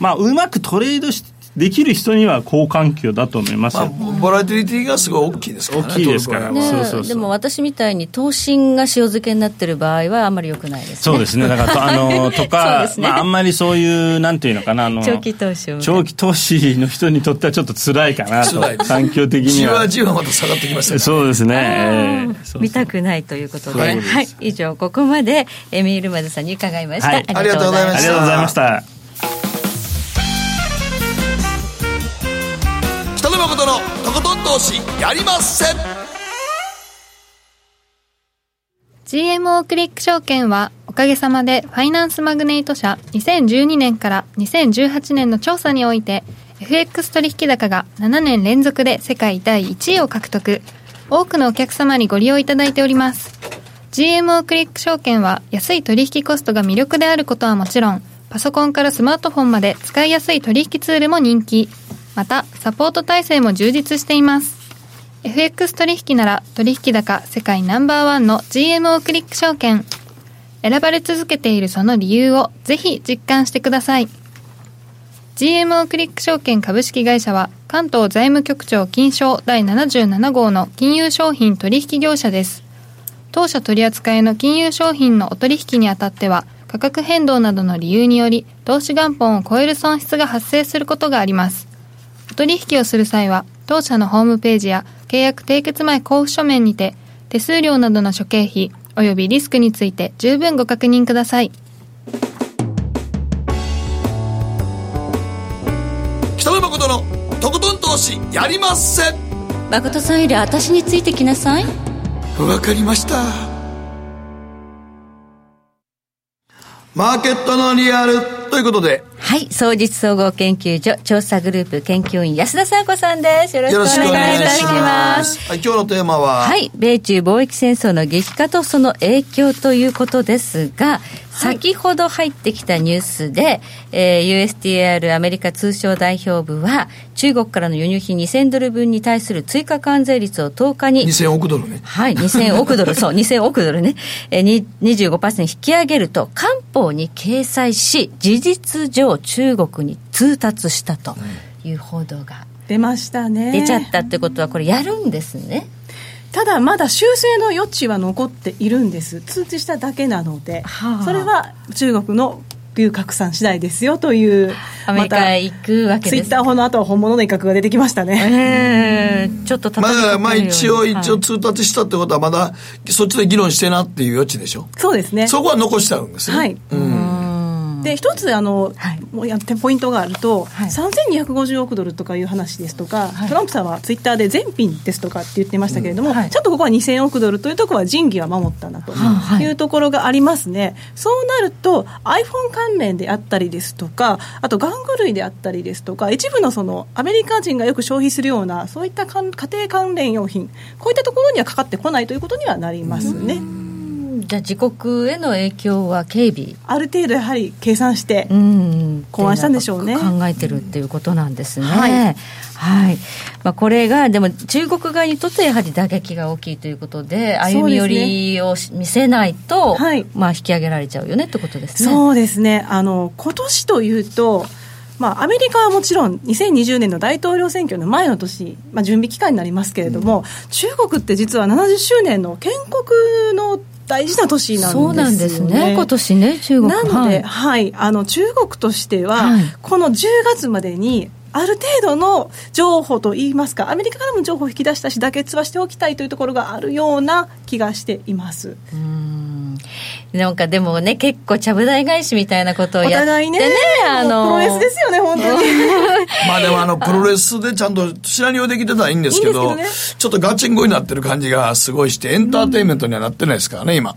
S4: まあ、うまくトレードしできる人には好環境だと思います
S2: まあ
S4: よ、
S2: ボラティリティがすごい大きいですからね。
S4: 大きいですから
S2: トルコは
S3: ね
S4: そうそうそう
S3: でも私みたいに投信が塩漬けになってる場合はあまり良くないですね
S4: そうですね。だからと、あ の、と
S3: そう
S4: か
S3: で、すね
S4: まあ、あんまりそういう、なんていうのかな、あの、
S3: 長期投資を
S4: 長期投資の人にとってはちょっと辛いかなと
S2: 辛いで、す
S4: 環境的に
S2: じわ
S4: は。
S2: じわまた下がってきましたね
S4: そうですね。ええそうそう
S3: 見たくないということで
S4: そういうことです
S3: はい、以上ここまでエミールマズさんに伺いました、
S4: はい
S3: ありがとうございま
S4: あ
S3: し
S4: り
S3: た
S4: がとうございました。
S2: 北野誠のとことん投資やりません
S5: GMO クリック証券はおかげさまでファイナンスマグネイト社2012年から2018年の調査において FX 取引高が7年連続で世界第1位を獲得多くのお客様にご利用いただいております GMO クリック証券は安い取引コストが魅力であることはもちろんパソコンからスマートフォンまで使いやすい取引ツールも人気またサポート体制も充実しています FX 取引なら取引高世界ナンバーワンの GMO クリック証券選ばれ続けているその理由をぜひ実感してください GMO クリック証券株式会社は関東財務局長金賞第77号の金融商品取引業者です当社取扱いの金融商品のお取引にあたっては価格変動などの理由により投資元本を超える損失が発生することがありますお取引をする際は当社のホームページや契約締結前交付書面にて手数料などの諸経費およびリスクについて十分ご確認ください
S2: 北野誠のとことん投資やりません
S3: 誠さんより私についてきなさい
S2: わかりましたマーケットのリアルということで
S3: はい総実総合研究所調査グループ研究員安田紗子さんですよろしくお願いいたします
S2: はい、今日のテーマは、
S3: はい、米中貿易戦争の激化とその影響ということですが、先ほど入ってきたニュースで、えー USTR アメリカ通商代表部は、中国からの輸入品2000ドル分に対する追加関税率を10日に、
S2: 2000億ドルね
S3: はい、2000億ド ル、そう、2000億ドルね、えー、に25%引き上げると、官報に掲載し、事実上中国に通達したという報道が
S11: 出ましたね
S3: 出ちゃったってことは、これやるんですね。
S11: ただまだ修正の余地は残っているんです通知しただけなので、
S3: はあ
S11: それは中国の牛拡散次第ですよという
S3: アメリカへ行くわけ
S11: ツイ
S3: で
S11: ッ
S3: す
S11: ターの後は本物の威嚇が出てきましたね、
S3: えーちょっと
S2: ま
S3: 叩
S2: あ
S3: き
S2: だか
S3: かけ
S2: ら
S3: る
S2: まあ
S3: ように
S2: 一応一
S3: は
S2: 応
S3: い
S2: 通達したってことはまだそっちで議論してなっていう余地でしょ
S11: そうですね
S2: そこは残してあるんですね
S11: はいで一つあの、
S3: はい
S11: もうやってポイントがあると、
S3: はい
S11: 3250億ドルとかいう話ですとか、トランプさんはツイッターで全品ですとかって言ってましたけれども、
S3: うんはい
S11: ちょっとここは2000億ドルというところは仁義は守ったなと
S3: はい
S11: いうところがありますね、そうなると iPhone 関連であったりですとかあと玩具類であったりですとか一部のそのアメリカ人がよく消費するようなそういった関家庭関連用品こういったところにはかかってこないということにはなりますね。
S3: じゃあ自国への影響は警備
S11: ある程度やはり計算して考案したんでしょうね
S3: 考えてるっていうことなんですね、はい、はい、まあ、これがでも中国側にとってやはり打撃が大きいということで歩み寄りを見せないと、ねはい、まあ、引き上げられちゃうよねってことですね
S11: そうですねあの今年というとまあ、アメリカはもちろん2020年の大統領選挙の前の年、まあ、準備期間になりますけれども、うん、中国って実は70周年の建国の大事な年なんです、ね、そうなんですね
S3: 今年ね中国
S11: なので、はい、はい、あの中国としては、はい、この10月までにある程度の譲歩といいますかアメリカからも譲歩を引き出したし妥結はしておきたいというところがあるような気がしています。
S3: なんかでもね、結構ちゃぶ台返しみたいなことをやってね、ね
S11: あのプロレスですよね、本当に。
S2: まあでもあの、プロレスでちゃんとシナリオできてたらいいんですけど、いいけどね、ちょっとガチンコになってる感じがすごいして、エンターテインメントにはなってないですからね、今。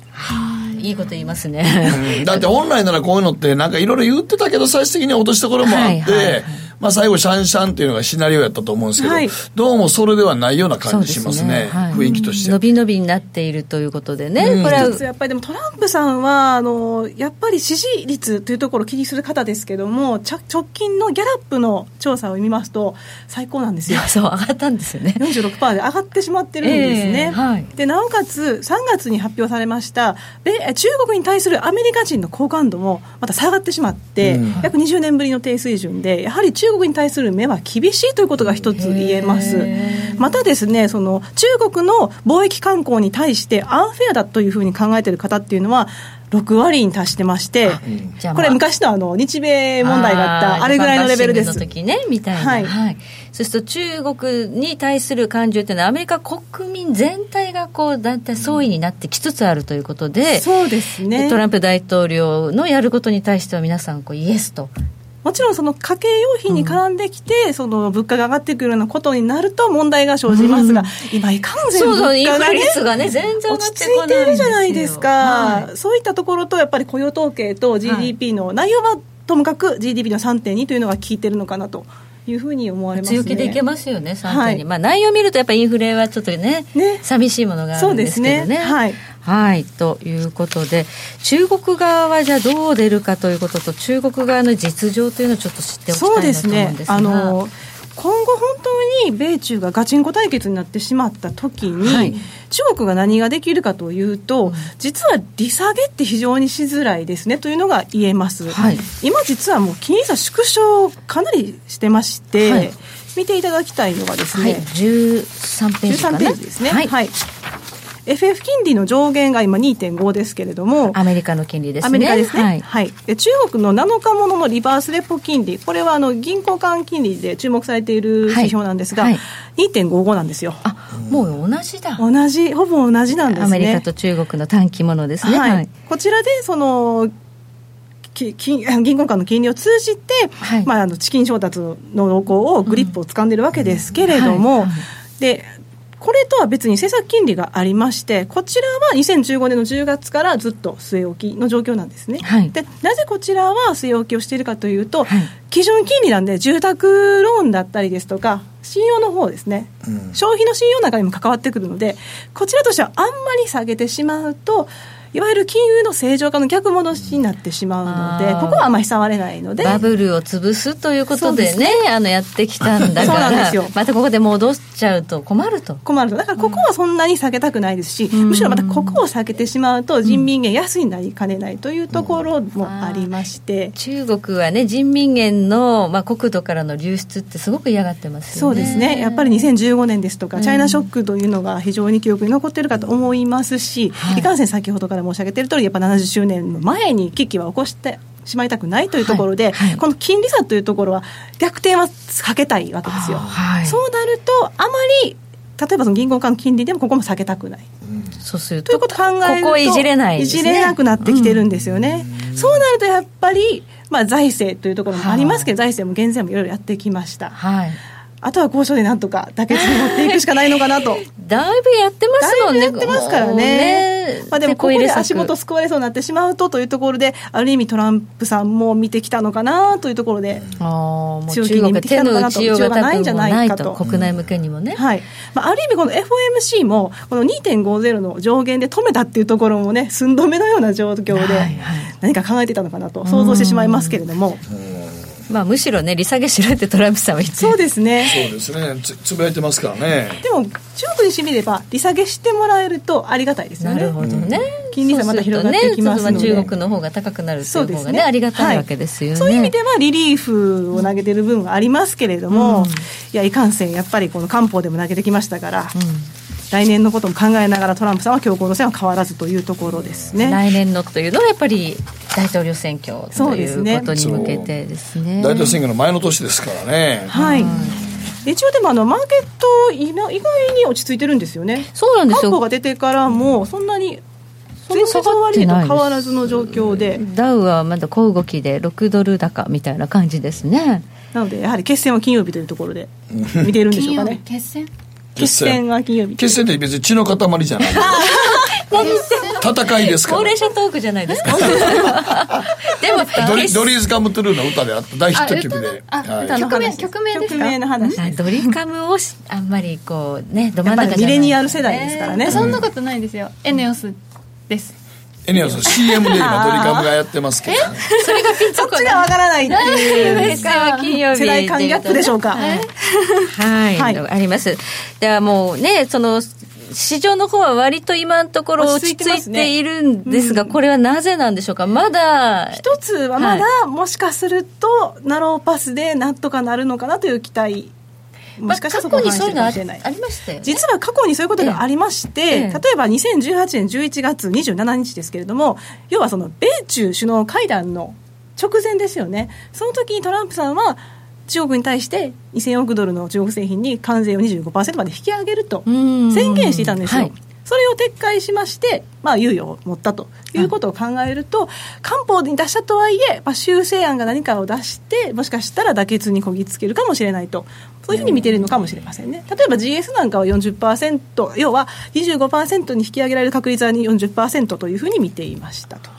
S3: いいこと言いますね、
S2: だって本来ならこういうのってなんかいろいろ言ってたけど最終的には落としどころもあって、はいはいはいまあ、最後、シャンシャンっていうのがシナリオやったと思うんですけど、はい、どうもそれではないような感じしますね、すねはい、雰囲気として。
S3: 伸び伸びになっているということでね、うん、これは。
S11: やっぱりでもトランプさんはあの、やっぱり支持率というところを気にする方ですけども、直近のギャラップの調査を見ますと、最高なんですよ。
S3: そう、上がったんですよね。46%
S11: で上がってしまってるんですね。えーはい、でなおかつ、3月に発表されました米、中国に対するアメリカ人の好感度もまた下がってしまって、うん、約20年ぶりの低水準で、やはり中中国に対する目は厳しいということが一つ言えます。またですね、その中国の貿易慣行に対してアンフェアだというふうに考えている方っていうのは、6割に達してまして、まあ、これ昔のあの日米問題があったあれぐらいのレベルです。
S3: 時ねみたいな。はい、はい、そうすると中国に対する感情というのはアメリカ国民全体がこうだいたい総意になってきつつあるということで、うん、
S11: そうですね。
S3: トランプ大統領のやることに対しては皆さんこうイエスと
S11: もちろんその家計用品に絡んできて、うん、その物価が上がってくるようなことになると問題が生じますが、うん、今、いかんぜん物価が、ね、そうそう率
S3: がね、全然
S11: 落ち着いてるじゃないですか、はい、そういったところと、やっぱり雇用統計と GDP の、内容はともかく GDP の3.2というのが効いてるのかなと。いうふうに思われます、ね、
S3: 強気でいけますよね、3.2、はい、まあ、内容を見ると、やっぱりインフレはちょっとね、ね寂しいものがあるんですけどね。ねはい、はい、ということで、中国側はじゃあどう出るかということと、中国側の実情というのをちょっと知っておきたいなと思うんですが。あの
S11: 今後本当に米中がガチンコ対決になってしまった時に、はい、中国が何ができるかというと実は利下げって非常にしづらいですねというのが言えます、はい、今実はもう金利差縮小かなりしてまして、はい、見ていただきたいのがですね、はい、
S3: 13ページかな、ね、
S11: ページですねはい FF 金利の上限が今2.5ですけれども、
S3: アメリカの金利ですね。
S11: アメリカですね。はい。はい、で中国の7日もののリバースレポ金利、これはあの銀行間金利で注目されている指標なんですが、はいはい、2.55なんですよ。
S3: あ、もう同じだ。
S11: 同じ、ほぼ同じなんですね。ア
S3: メリカと中国の短期ものですね。
S11: はい。はい、こちらでその 銀行間の金利を通じて、まあ、あの資金調達の動向をグリップを掴んでるわけですけれども、でこれとは別に政策金利がありまして、こちらは2015年の10月からずっと据え置きの状況なんですね。はい、でなぜこちらは据え置きをしているかというと、はい、基準金利なんで、住宅ローンだったりですとか、信用の方ですね、うん、消費の信用なんかにも関わってくるので、こちらとしてはあんまり下げてしまうと、いわゆる金融の正常化の逆戻しになってしまうので、ここはあんまり触れないので。
S3: バブルを潰すということでね、でねあのやってきたんだから、またここで戻しちゃうと困ると。
S11: 困ると。だからここはそんなに下げたくないですし、うん、むしろまたここを下げてしまうと、人民元安になりかねないというところもありまして。うん、
S3: 中国はね、人民元の、まあ、国土からの流出ってすごく嫌がってます、ね、
S11: そうですね。やっぱり2015年ですとか、チャイナショックというのが非常に記憶に残っているかと思いますし、うん、いかんせん先ほどから申し上げている通り、やっぱ70周年の前に危機は起こしてしまいたくないというところで、はいはい、この金利差というところは、逆転は避けたいわけですよ。はい、そうなると、あまり例えばその銀行間の金利でもここも下げたくない。
S3: うん、そうする
S11: ということを考えると
S3: ここいじれない、ね、
S11: いじれなくなってきてるんですよね。うん、そうなるとやっぱり、まあ、財政というところもありますけど、財政も減税もいろいろやってきました。はいあとは交渉でなんとか妥結に持っていくしかないのかなと。
S3: だいぶやってますもんね。
S11: やってますからね。
S3: ね
S11: まあ、でもここで足元救われそうになってしまうとというところである意味トランプさんも見てきたのかなというところで
S3: あもう中国手の打ちようがないんじゃないかと国内向けにもね、
S11: はいまあ、ある意味この FOMC もこの2.50の上限で止めたっていうところもね寸止めのような状況で何か考えてたのかなと想像してしまいますけれども。
S3: まあ、むしろね、利下げしろってトランプさんは言って
S11: そうですね、
S2: そうですねつ、つぶやいてますからね。
S11: でも、中国にしてみれば、利下げしてもらえるとありがたいですよね。
S3: なるほどね、
S11: 金利差また広がってきますので、、
S3: ね、中国の方が高くなるという方がね、ねありがたいわけですよね、はい
S11: そういう意味では、リリーフを投げてる分はありますけれども、うん、いや、いかんせん、やっぱりこの漢方でも投げてきましたから。うん来年のことも考えながらトランプさんは強硬路線は変わらずというところですね。
S3: 来年のというのはやっぱり大統領選挙ということに向けてですね。
S2: すね大統領選挙の前の年ですからね。
S11: はい。一応でもあのマーケット意外に落ち着いてるんですよね。
S3: そうなんですよ。
S11: が出てからもそんなに前日終わと変わらずの状況で
S3: ダウはまだ小動きで6ドル高みたいな感じですね。
S11: なのでやはり決戦は金曜日というところで見てるんでしょうかね。
S1: 決戦。
S11: 決戦は金曜日
S2: 決戦って別に血の塊じゃない戦いです から
S3: 高齢者トークじゃないです
S2: で
S3: か
S2: もドリドリーズ・カム・トゥルーの歌であった大ヒット曲で、
S1: はい、曲名曲名です
S11: 名の話
S3: ドリカムをあんまりこうねど真ん
S11: 中ミレニアル世代ですからね、
S1: えー、そんなことないですよ、うん、エネオスです
S2: エネオス CM で今ドリカムがやってますけど、ね、
S1: それがピン
S11: そっちがわからないってい う世代間ギャップでしょうか
S3: はい、はい、ありますではもうねその市場の方は割と今のところ落ち着いているんですが、ねうん、これはなぜなんでしょうか、まだ
S11: 一つはまだ、はい、もしかすると、ナローパスでなんとかなるのかなという期待もしかしたら過去にそういうのあり
S3: ましたよ、ね、
S11: 実は過去にそういうことがありまして、ええ、例えば2018年11月27日ですけれども要はその米中首脳会談の直前ですよねその時にトランプさんは中国に対して2000億ドルの中国製品に関税を25%まで引き上げると宣言していたんですよ。はい、それを撤回しまして、まあ、猶予を持ったということを考えると、官報に出したとはいえ、まあ、修正案が何かを出して、もしかしたら妥結にこぎつけるかもしれないと、そういうふうに見てるのかもしれませんね。例えば GS なんかは40%、要は25%に引き上げられる確率は40%というふうに見ていましたと。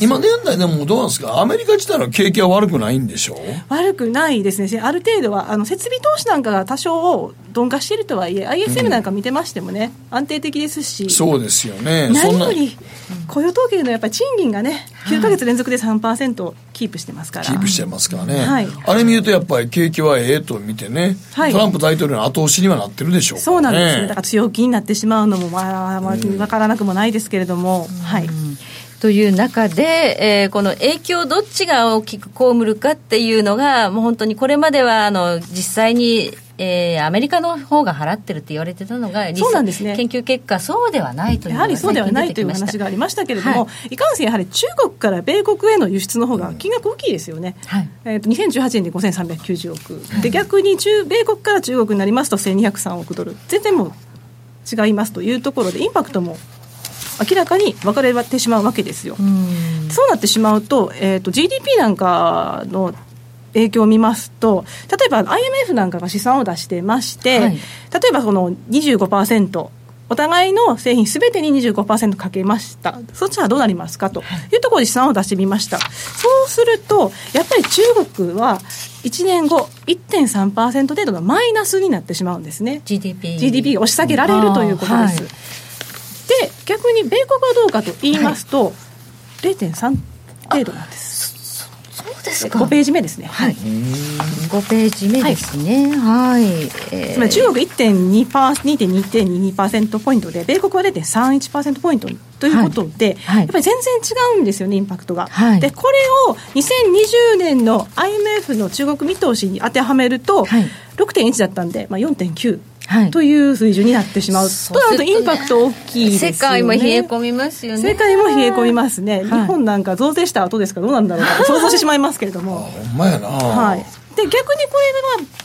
S2: 今現在でもどうなんですか、アメリカ自体の景気は悪くないんでしょう
S11: 悪くないですね、ある程度はあの設備投資なんかが多少鈍化しているとはいえ、ISM なんか見てましてもね、うん、安定的ですし、
S2: そうですよね、
S11: 何より雇用統計のやっぱり賃金がね、9か月連続で3%キープしてますから。
S2: キープしてますからね、はい、あれ見るとやっぱり景気はええと見てね。はい、トランプ大統領の後押しにはなってるでしょう、ね、
S11: そうなんですね、だから強気になってしまうのも、まあ、まあ、分からなくもないですけれども。はい、
S3: という中で、えー、この影響どっちが大きく被るかっていうのが、もう本当にこれまではあの実際にえー、アメリカの方が払ってるって言われてたのが、
S11: そうなんですね、
S3: 研究結果、そうではないという
S11: やはりそうではないという話がありましたけれども、はい、いかんせん、やはり中国から米国への輸出の方が金額大きいですよね、はいえーと、と2018年で5390億、はい、で逆に中米国から中国になりますと1203億ドル、全然もう違いますというところで、インパクトも明らかに分かれてしまうわけですよ。うそうなってしまうと,、えーと、と GDP なんかの影響を見ますと例えば IMF なんかが試算を出してまして、はい、例えばこの25%お互いの製品すべてに25%かけましたそっちはどうなりますかというところで試算を出してみましたそうするとやっぱり中国は1年後1.3%程度のマイナスになってしまうんですね
S3: GDP,
S11: GDP が押し下げられるということです、はい、で逆に米国はどうかと言いますと、はい、0.3程度なんです
S3: そうです
S11: か。5ページ目ですね。はい。
S3: 5ページ目ですね。はい。
S11: えー、つまり中国1.2パー、2.2.22%ポイントで、米国は0.31%ポイントということで、はいはい、やっぱり全然違うんですよね、インパクトが。はい、で、これを2020年の IMF の中国見通しに当てはめると、はい、6.1だったんで、まあ4.9。はい、という水準になってしまうとなるとインパクト大きいですよ、ね、
S3: 世界も冷え込みますよね
S11: 世界も冷え込みますね、はい、日本なんか増税した後ですからどうなんだろうか想像してしまいますけれども
S2: ほんまやな、
S11: はい、で逆にこれが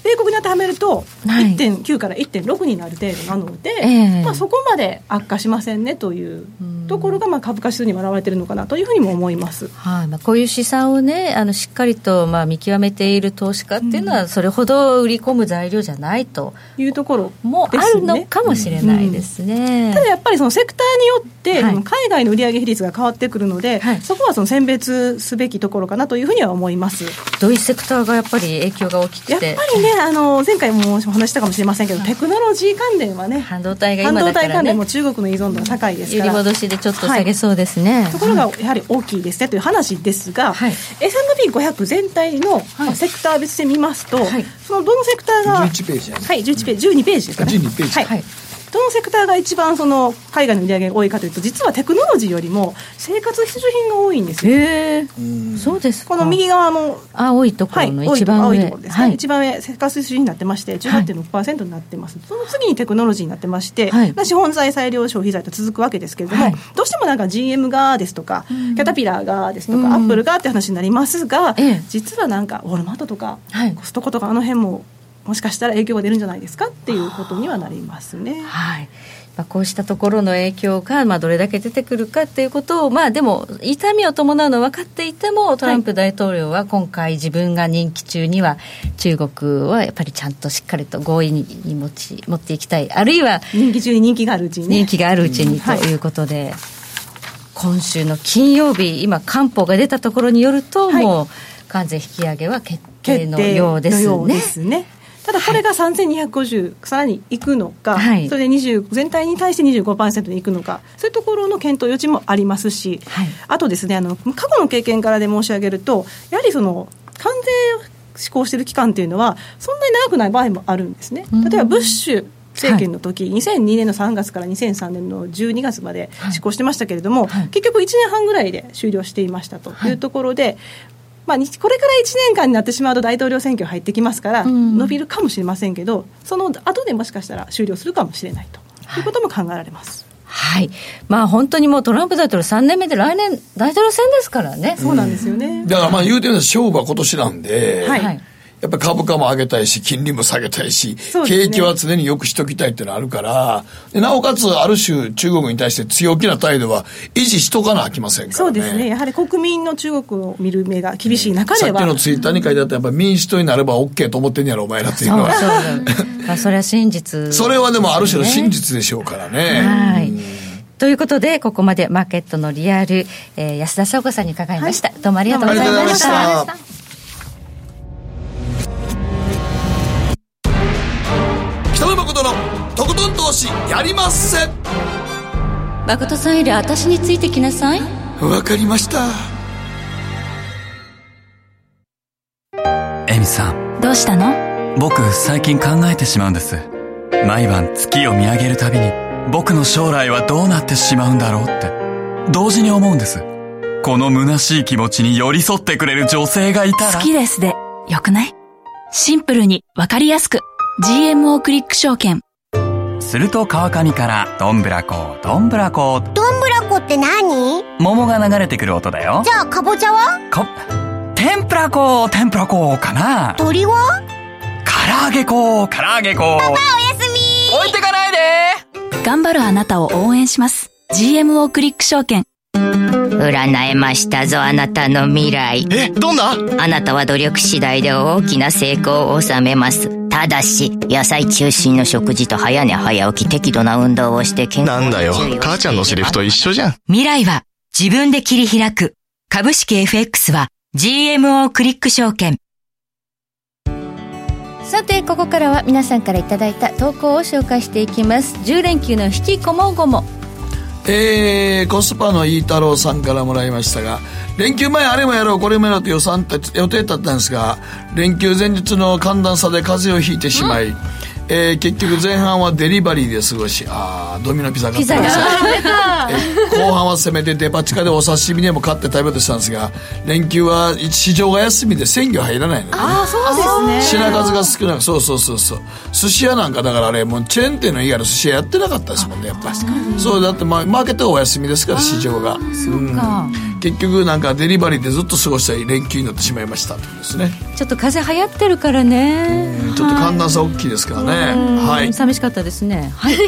S11: 米国に当てはめると1.9から1.6になる程度なので、えー、まあ、そこまで悪化しませんねというところがまあ株価指数に表れているのかなというふうにも思います、
S3: はいまあ、こういう資産を、ね、あのしっかりとまあ見極めている投資家っていうのは、それほど売り込む材料じゃないと
S11: いうところ、ね、
S3: もあるのかもしれないですね、うん、
S11: ただやっぱりそのセクターによって、はい、海外の売上比率が変わってくるので、はい、そこはその選別すべきところかなというふうには思います
S3: どういうセクターがやっぱり影響が大きくて
S11: やっぱりねあの前回もお話したかもしれませんけど、テクノロジー関連はね
S3: 半導体が
S11: 今だから、ね、半導体関連も中国の依存度が高いですから
S3: 戻しでちょっと下げそうですね、はい、
S11: ところがやはり大きいですねという話ですが、はい、S&P500 全体の、はい、セクター別で見ますと、はい、そのどのセクターが
S2: 11ページ
S11: はい11ページ12ページですかね
S2: 12ページ
S11: はいどのセクターが一番その海外の売り上げが多いかというと実はテクノロジーよりも生活必需品が多いんですよ。
S3: へそうです
S11: この右側の
S3: あ多いところの一番上、はい、
S11: ですね、はい、一番上生活必需品になってまして18.6%になってます、はい、その次にテクノロジーになってまして、はい、資本財裁量消費財と続くわけですけれども、はい、どうしてもなんか GM がですとか、キャタピラーがですとか、アップルがって話になりますが、実はなんかウォルマートとか、コストコとかあの辺ももしかしたら影響が出るんじゃないですかっていうことにはなりますね。
S3: はいまあ、こうしたところの影響が、まあ、どれだけ出てくるかということを、まあ、でも痛みを伴うの分かっていてもトランプ大統領は今回自分が任期中には中国はやっぱりちゃんとしっかりと合意に持ち持っていきたいあるいは
S11: 任期中に人気があるうちに、ね、
S3: 人気があるうちにということで、うんはい、今週の金曜日今官報が出たところによると、はい、もう関税引き上げは決定のようですね。
S11: ですねただこれが3250、はい、さらにいくのか、はい、それで20全体に対して25%にいくのか、そういうところの検討余地もありますし、はい、あとですねあの、過去の経験からで申し上げると、やはりその関税を施行している期間というのは、そんなに長くない場合もあるんですね。例えばブッシュ政権の時、はい、2002年の3月から2003年の12月まで施行してましたけれども、はい、結局1年半ぐらいで終了していましたというところで、まあ、これから1年間になってしまうと大統領選挙入ってきますから、伸びるかもしれませんけど、うん、その後でもしかしたら終了するかもしれないと、はい、いうことも考えられます。
S3: はいまあ、本当にもうトランプ大統領3年目で来年、大統領選ですからね、
S11: そうなんですよね、うん、
S2: だからまあ言うてみれば、勝負は今年なんで、はい、はいやっぱり株価も上げたいし、金利も下げたいし、ね、景気は常によくしときたいっていうのはあるから、なおかつ、ある種、中国に対して強気な態度は維持しとかなあきませんから、ね、
S11: そうですね、やはり国民の中国を見る目が厳しい中では、
S2: さっきのツイッターに書いてあった、やっぱ民主党になれば OK と思ってんやろ、お前らっていうのは。
S3: そう それは真実、ね、
S2: それはでもある種の真実でしょうからね。
S3: はい、ということで、ここまでマーケットのリアル、えー、安田翔子さんに伺いました、はい、どうもありがとうございました。
S2: とことん投資やりまっせ
S3: 誠さんより私についてきなさい
S2: わかりました
S12: エミさん
S10: どうしたの
S12: 僕最近考えてしまうんです毎晩月を見上げるたびに僕の将来はどうなってしまうんだろうって同時に思うんですこの虚しい気持ちに寄り添ってくれる女性がいたら
S10: 好きですでよくないシンプルにわかりやすく GMO クリック証券
S12: すると川上からどんぶらこどんぶらこ
S13: どんぶらこって何
S12: 桃が流れてくる音だよ
S13: じゃあかぼちゃは
S12: か天ぷらこ天ぷらこかな
S13: 鳥は
S12: 唐揚げこ唐揚げこ
S13: パパおやすみ
S12: 置いてかないで
S10: 頑張るあなたを応援します GMO クリック証券
S14: 占えましたぞあなたの未来
S15: えどんな
S14: あなたは努力次第で大きな成功を収めますただし野菜中心の食事と早寝早起き適度な運動をして健
S15: 康なんだよ母ちゃんのセリフと一緒じゃん
S8: 未来は自分で切り開く株式 FX は GMO クリック証券
S3: さてここからは皆さんからいただいた投稿を紹介していきます10連休の引きこもごも
S2: えー、コスパの飯太郎さんからもらいましたが連休前あれもやろうこれもやろうと予算予定だったんですが連休前日の寒暖差で風邪をひいてしまい、うん、えー、結局前半はデリバリーで過ごしあドミノピザ買ってください、えー、後半はせめてデパ地下でお刺身でも買って食べようとしたんですが連休は市場が休みで鮮魚入らないので、ね、
S11: あそうですね
S2: 品数が少なくそうそうそうそう寿司屋なんかだからあれもうチェーン店の以外の寿司屋やってなかったですもんねやっぱそうだってまあマーケットがお休みですから市場が、うん、結局なんかデリバリーでずっと過ごした連休になってしまいましたとですね
S3: ちょっと風邪流行ってるからね、
S2: ちょっと寒暖差大きいですからね、はいはい
S3: 寂しかったですね
S5: はい、は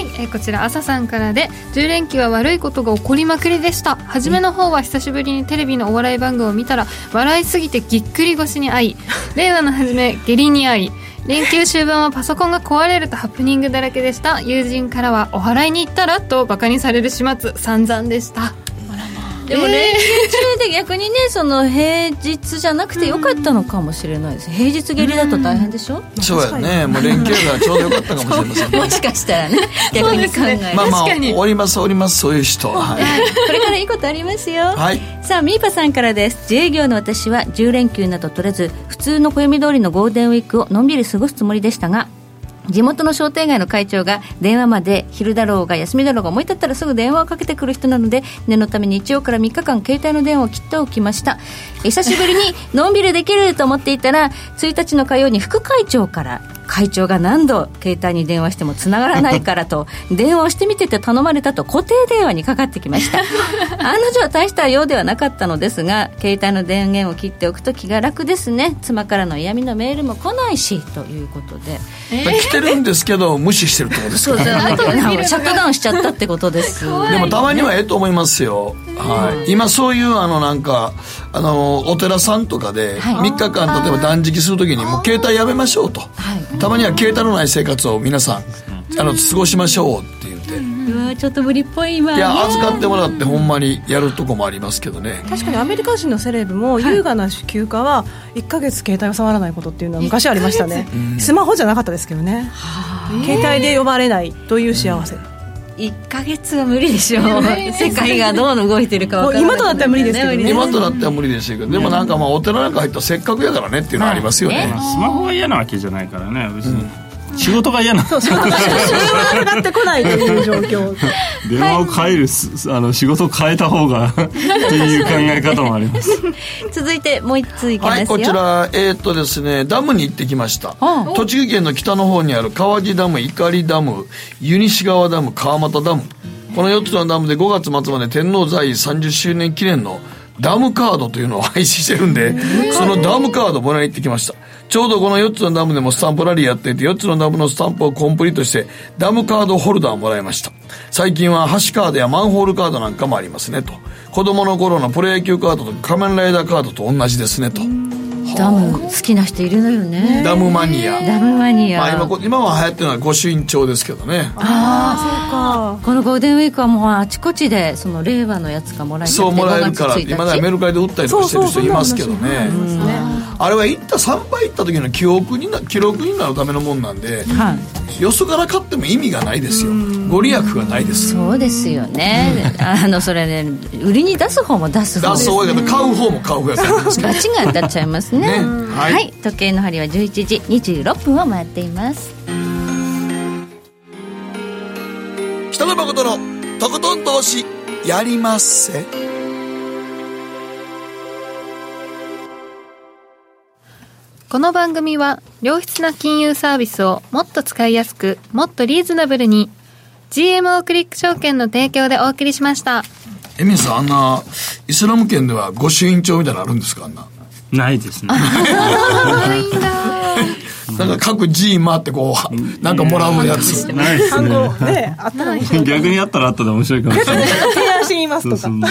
S5: いえーこちら朝さんからで10連休は悪いことが起こりまくりでした初めの方は久しぶりにテレビのお笑い番組を見たら笑いすぎてぎっくり腰に遭い令和の初め下痢に遭い連休終盤はパソコンが壊れるとハプニングだらけでした友人からは「お祓いに行ったら?」とバカにされる始末散々でした
S3: でも連休中で逆にねその平日じゃなくてよかったのかもしれないです平日下痢だと大変でしょ
S2: そうやねもう連休がちょうどよかったかもしれませ んね
S3: もしかしたらね逆に考える、
S2: まあまあ
S3: 確かに
S2: 終わります終わりますそういう人ははい
S3: これからいいことありますよ、
S2: はい
S3: さあミーパさんからです自営業の私は10連休など取れず普通の暦通りのゴールデンウィークをのんびり過ごすつもりでしたが地元の商店街の会長が電話まで昼だろうが休みだろうが思い立ったらすぐ電話をかけてくる人なので念のために一応から3日間携帯の電話を切っておき ました久しぶりにのんびりできると思っていたら1日の火曜に副会長から会長が何度携帯に電話しても繋がらないか らと電話をしてみてと頼まれたと固定電話にかかってきま した案の定は大したようではなかったのですが携帯の電源を切っておくと気が楽ですね妻からの嫌味のメールも来ないしということで、
S2: 来てるんですけど無視してるってことです
S3: そう
S2: か
S3: じゃ
S2: ら
S3: な
S2: ね
S3: くて シャットダウンしちゃったってことです。で
S2: でもたまにはええと思いますよ、はい、今そういうあのなんかあのお寺さんとかで
S3: はい
S2: 3日間例えば断食するときにもう携帯やめましょうとたまには携帯のない生活を皆さんあの過ごしましょうっていう
S3: うわちょっと無理っぽい今。
S2: いや預かってもらってほんまにやるとこもありますけどね
S11: 確かにアメリカ人のセレブも優雅な休暇は1か月携帯を触らないことっていうのは昔ありましたねスマホじゃなかったですけどね携帯で呼ばれないという幸せ
S3: 一ヶ月は無理でしょ
S11: う
S3: う。世界がどう動いてるか
S11: わ
S3: わ
S11: か
S3: かららないい。
S11: な今となっては無理ですけどね
S2: 今となっては無理ですけどでもなんかまあお寺なんか入ったらせっかくやからねっていうのはありますよね、
S4: まあスマホが嫌なわけじゃないからね別に、仕事が嫌な
S11: そう仕事が上がってこないという状況
S4: 電話を変える、すあの仕事を変えた方がっていう考え方もあります
S3: 続いてもう一ついきま
S2: は
S3: す
S2: い
S3: よ。
S2: こちらえーっとですねダムに行ってきました
S3: うん
S2: 栃木県の北の方にある川地ダム碇ダム湯西川ダム川俣ダムこの4つのダムで5月末まで天皇在位30周年記念のダムカードというのを廃止してるんで、そのダムカードもらいに行ってきました。ちょうどこの4つのダムでもスタンプラリーやっていて、4つのダムのスタンプをコンプリートして、ダムカードホルダーをもらいました。最近は橋カードやマンホールカードなんかもありますねと。子供の頃のプロ野球カードと仮面ライダーカードと同じですねと。
S3: ダム好きな人いるのよね。
S2: ダムマニア。
S3: ダムマニア。
S2: まあ、今こ今は流行ってるのは御朱印帳ですけどね
S3: ああ、このゴールデンウィークはもうあちこちでその令和のやつがもらえて
S2: そうもらえるから今だメルカリで売ったりとかしてる人いますけどねあれは行った参拝行った時の記憶にな記録になるためのもんなんで、よそから買っても意味がないですよご利益がないです
S3: そうですよね。あのそれね売りに出す方も出す方
S2: だそうやけど買う方も買う方やからです
S3: バチが当たっちゃいますね
S2: ね
S3: は、
S2: はいい
S3: 時計の針は11時26分を回っています
S2: 北野誠のとことん投資やりまっせ
S5: この番組は良質な金融サービスをもっと使いやすくもっとリーズナブルに GMO クリック証券の提供でお送りしました
S2: エミさんあんなイスラム圏では御朱印帳みたいなのあるんですかあんな
S4: ないですね
S2: なんか各ジーマってこうなんかもらうやつ
S4: ないですね
S11: ねあったら面白い
S4: 逆にあったらあったで面白いかもしれない
S11: 提案してみますとか
S2: ね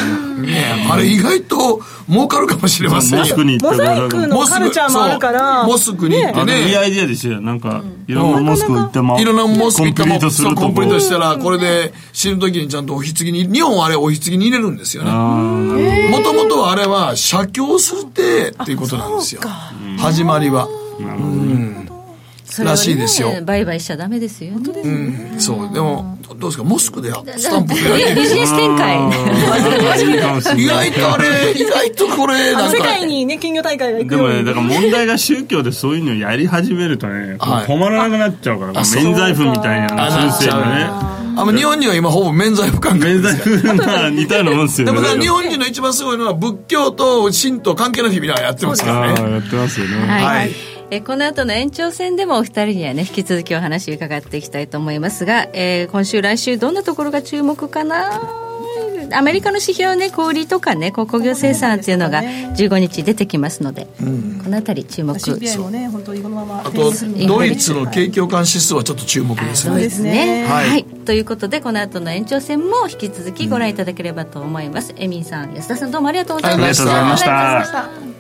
S2: あれ意外と儲かるかもしれませんよ
S4: モスクに行って
S11: モザイクのカルチャーもあるから
S2: モスクに行って
S4: あでもいい
S2: ね
S4: アイディアですよなんかいろんなモスク行っても
S2: いろんなモスク行った
S4: コ
S2: も
S4: ンプリートする
S2: そう
S4: と
S2: コンプリートした
S4: ら
S2: らこれで死ぬ時にちゃんとお棺に日本はあれお棺に入れるんですよねもともとはあれは写経するってっていうことなんですよ始まりはうん
S3: それをね
S2: らしいですよ
S3: 売買しちゃダメですよ、ね、
S2: うんそうでもどどうですかモスクでスタンプ
S3: い
S2: 入れられて
S3: や ビ
S2: る
S3: ジネス展開
S2: 意外とあれ意外とこれ
S11: あ
S2: な
S11: の
S2: ん
S11: 世
S2: か
S11: 界にね金魚大会が行
S4: で
S11: くよ
S4: も
S11: う
S4: ね
S11: に
S4: だから問題が宗教でそういうのやり始めるとね、
S2: はい
S4: もう止まらなくなっちゃうから
S2: あそう
S4: 免罪符みたいな
S2: あな
S4: の
S2: っち
S4: 先生
S2: ゃう
S4: のね
S2: あの日本には今ほぼ免罪不感
S4: 免罪符まあ似たようなもんですよ
S2: で
S4: ね
S2: もだから日本人の一番すごいのは仏教と神道関係の日みたいなのやってますから
S4: ああ
S2: ね。
S4: やってますよね、
S3: はい、
S2: はい
S3: えーこの後の延長戦でもお二人にはね引き続きお話伺っていきたいと思いますが、えー今週来週どんなところが注目かなアメリカの指標ね小売りとかねこう工業生産っていうのが15日出てきますので、
S2: うん
S3: この辺り注目
S11: CPI もね、本当にこのまま
S2: あとドイツの景況感指数はちょっと注目ですね
S3: そうですね
S2: は
S3: はい、
S2: い、
S3: ということでこの後の延長戦も引き続きご覧いただければと思います、エミンさん安田さんどうもありがとうございました
S2: ありがとうございました
S3: ありがとうございました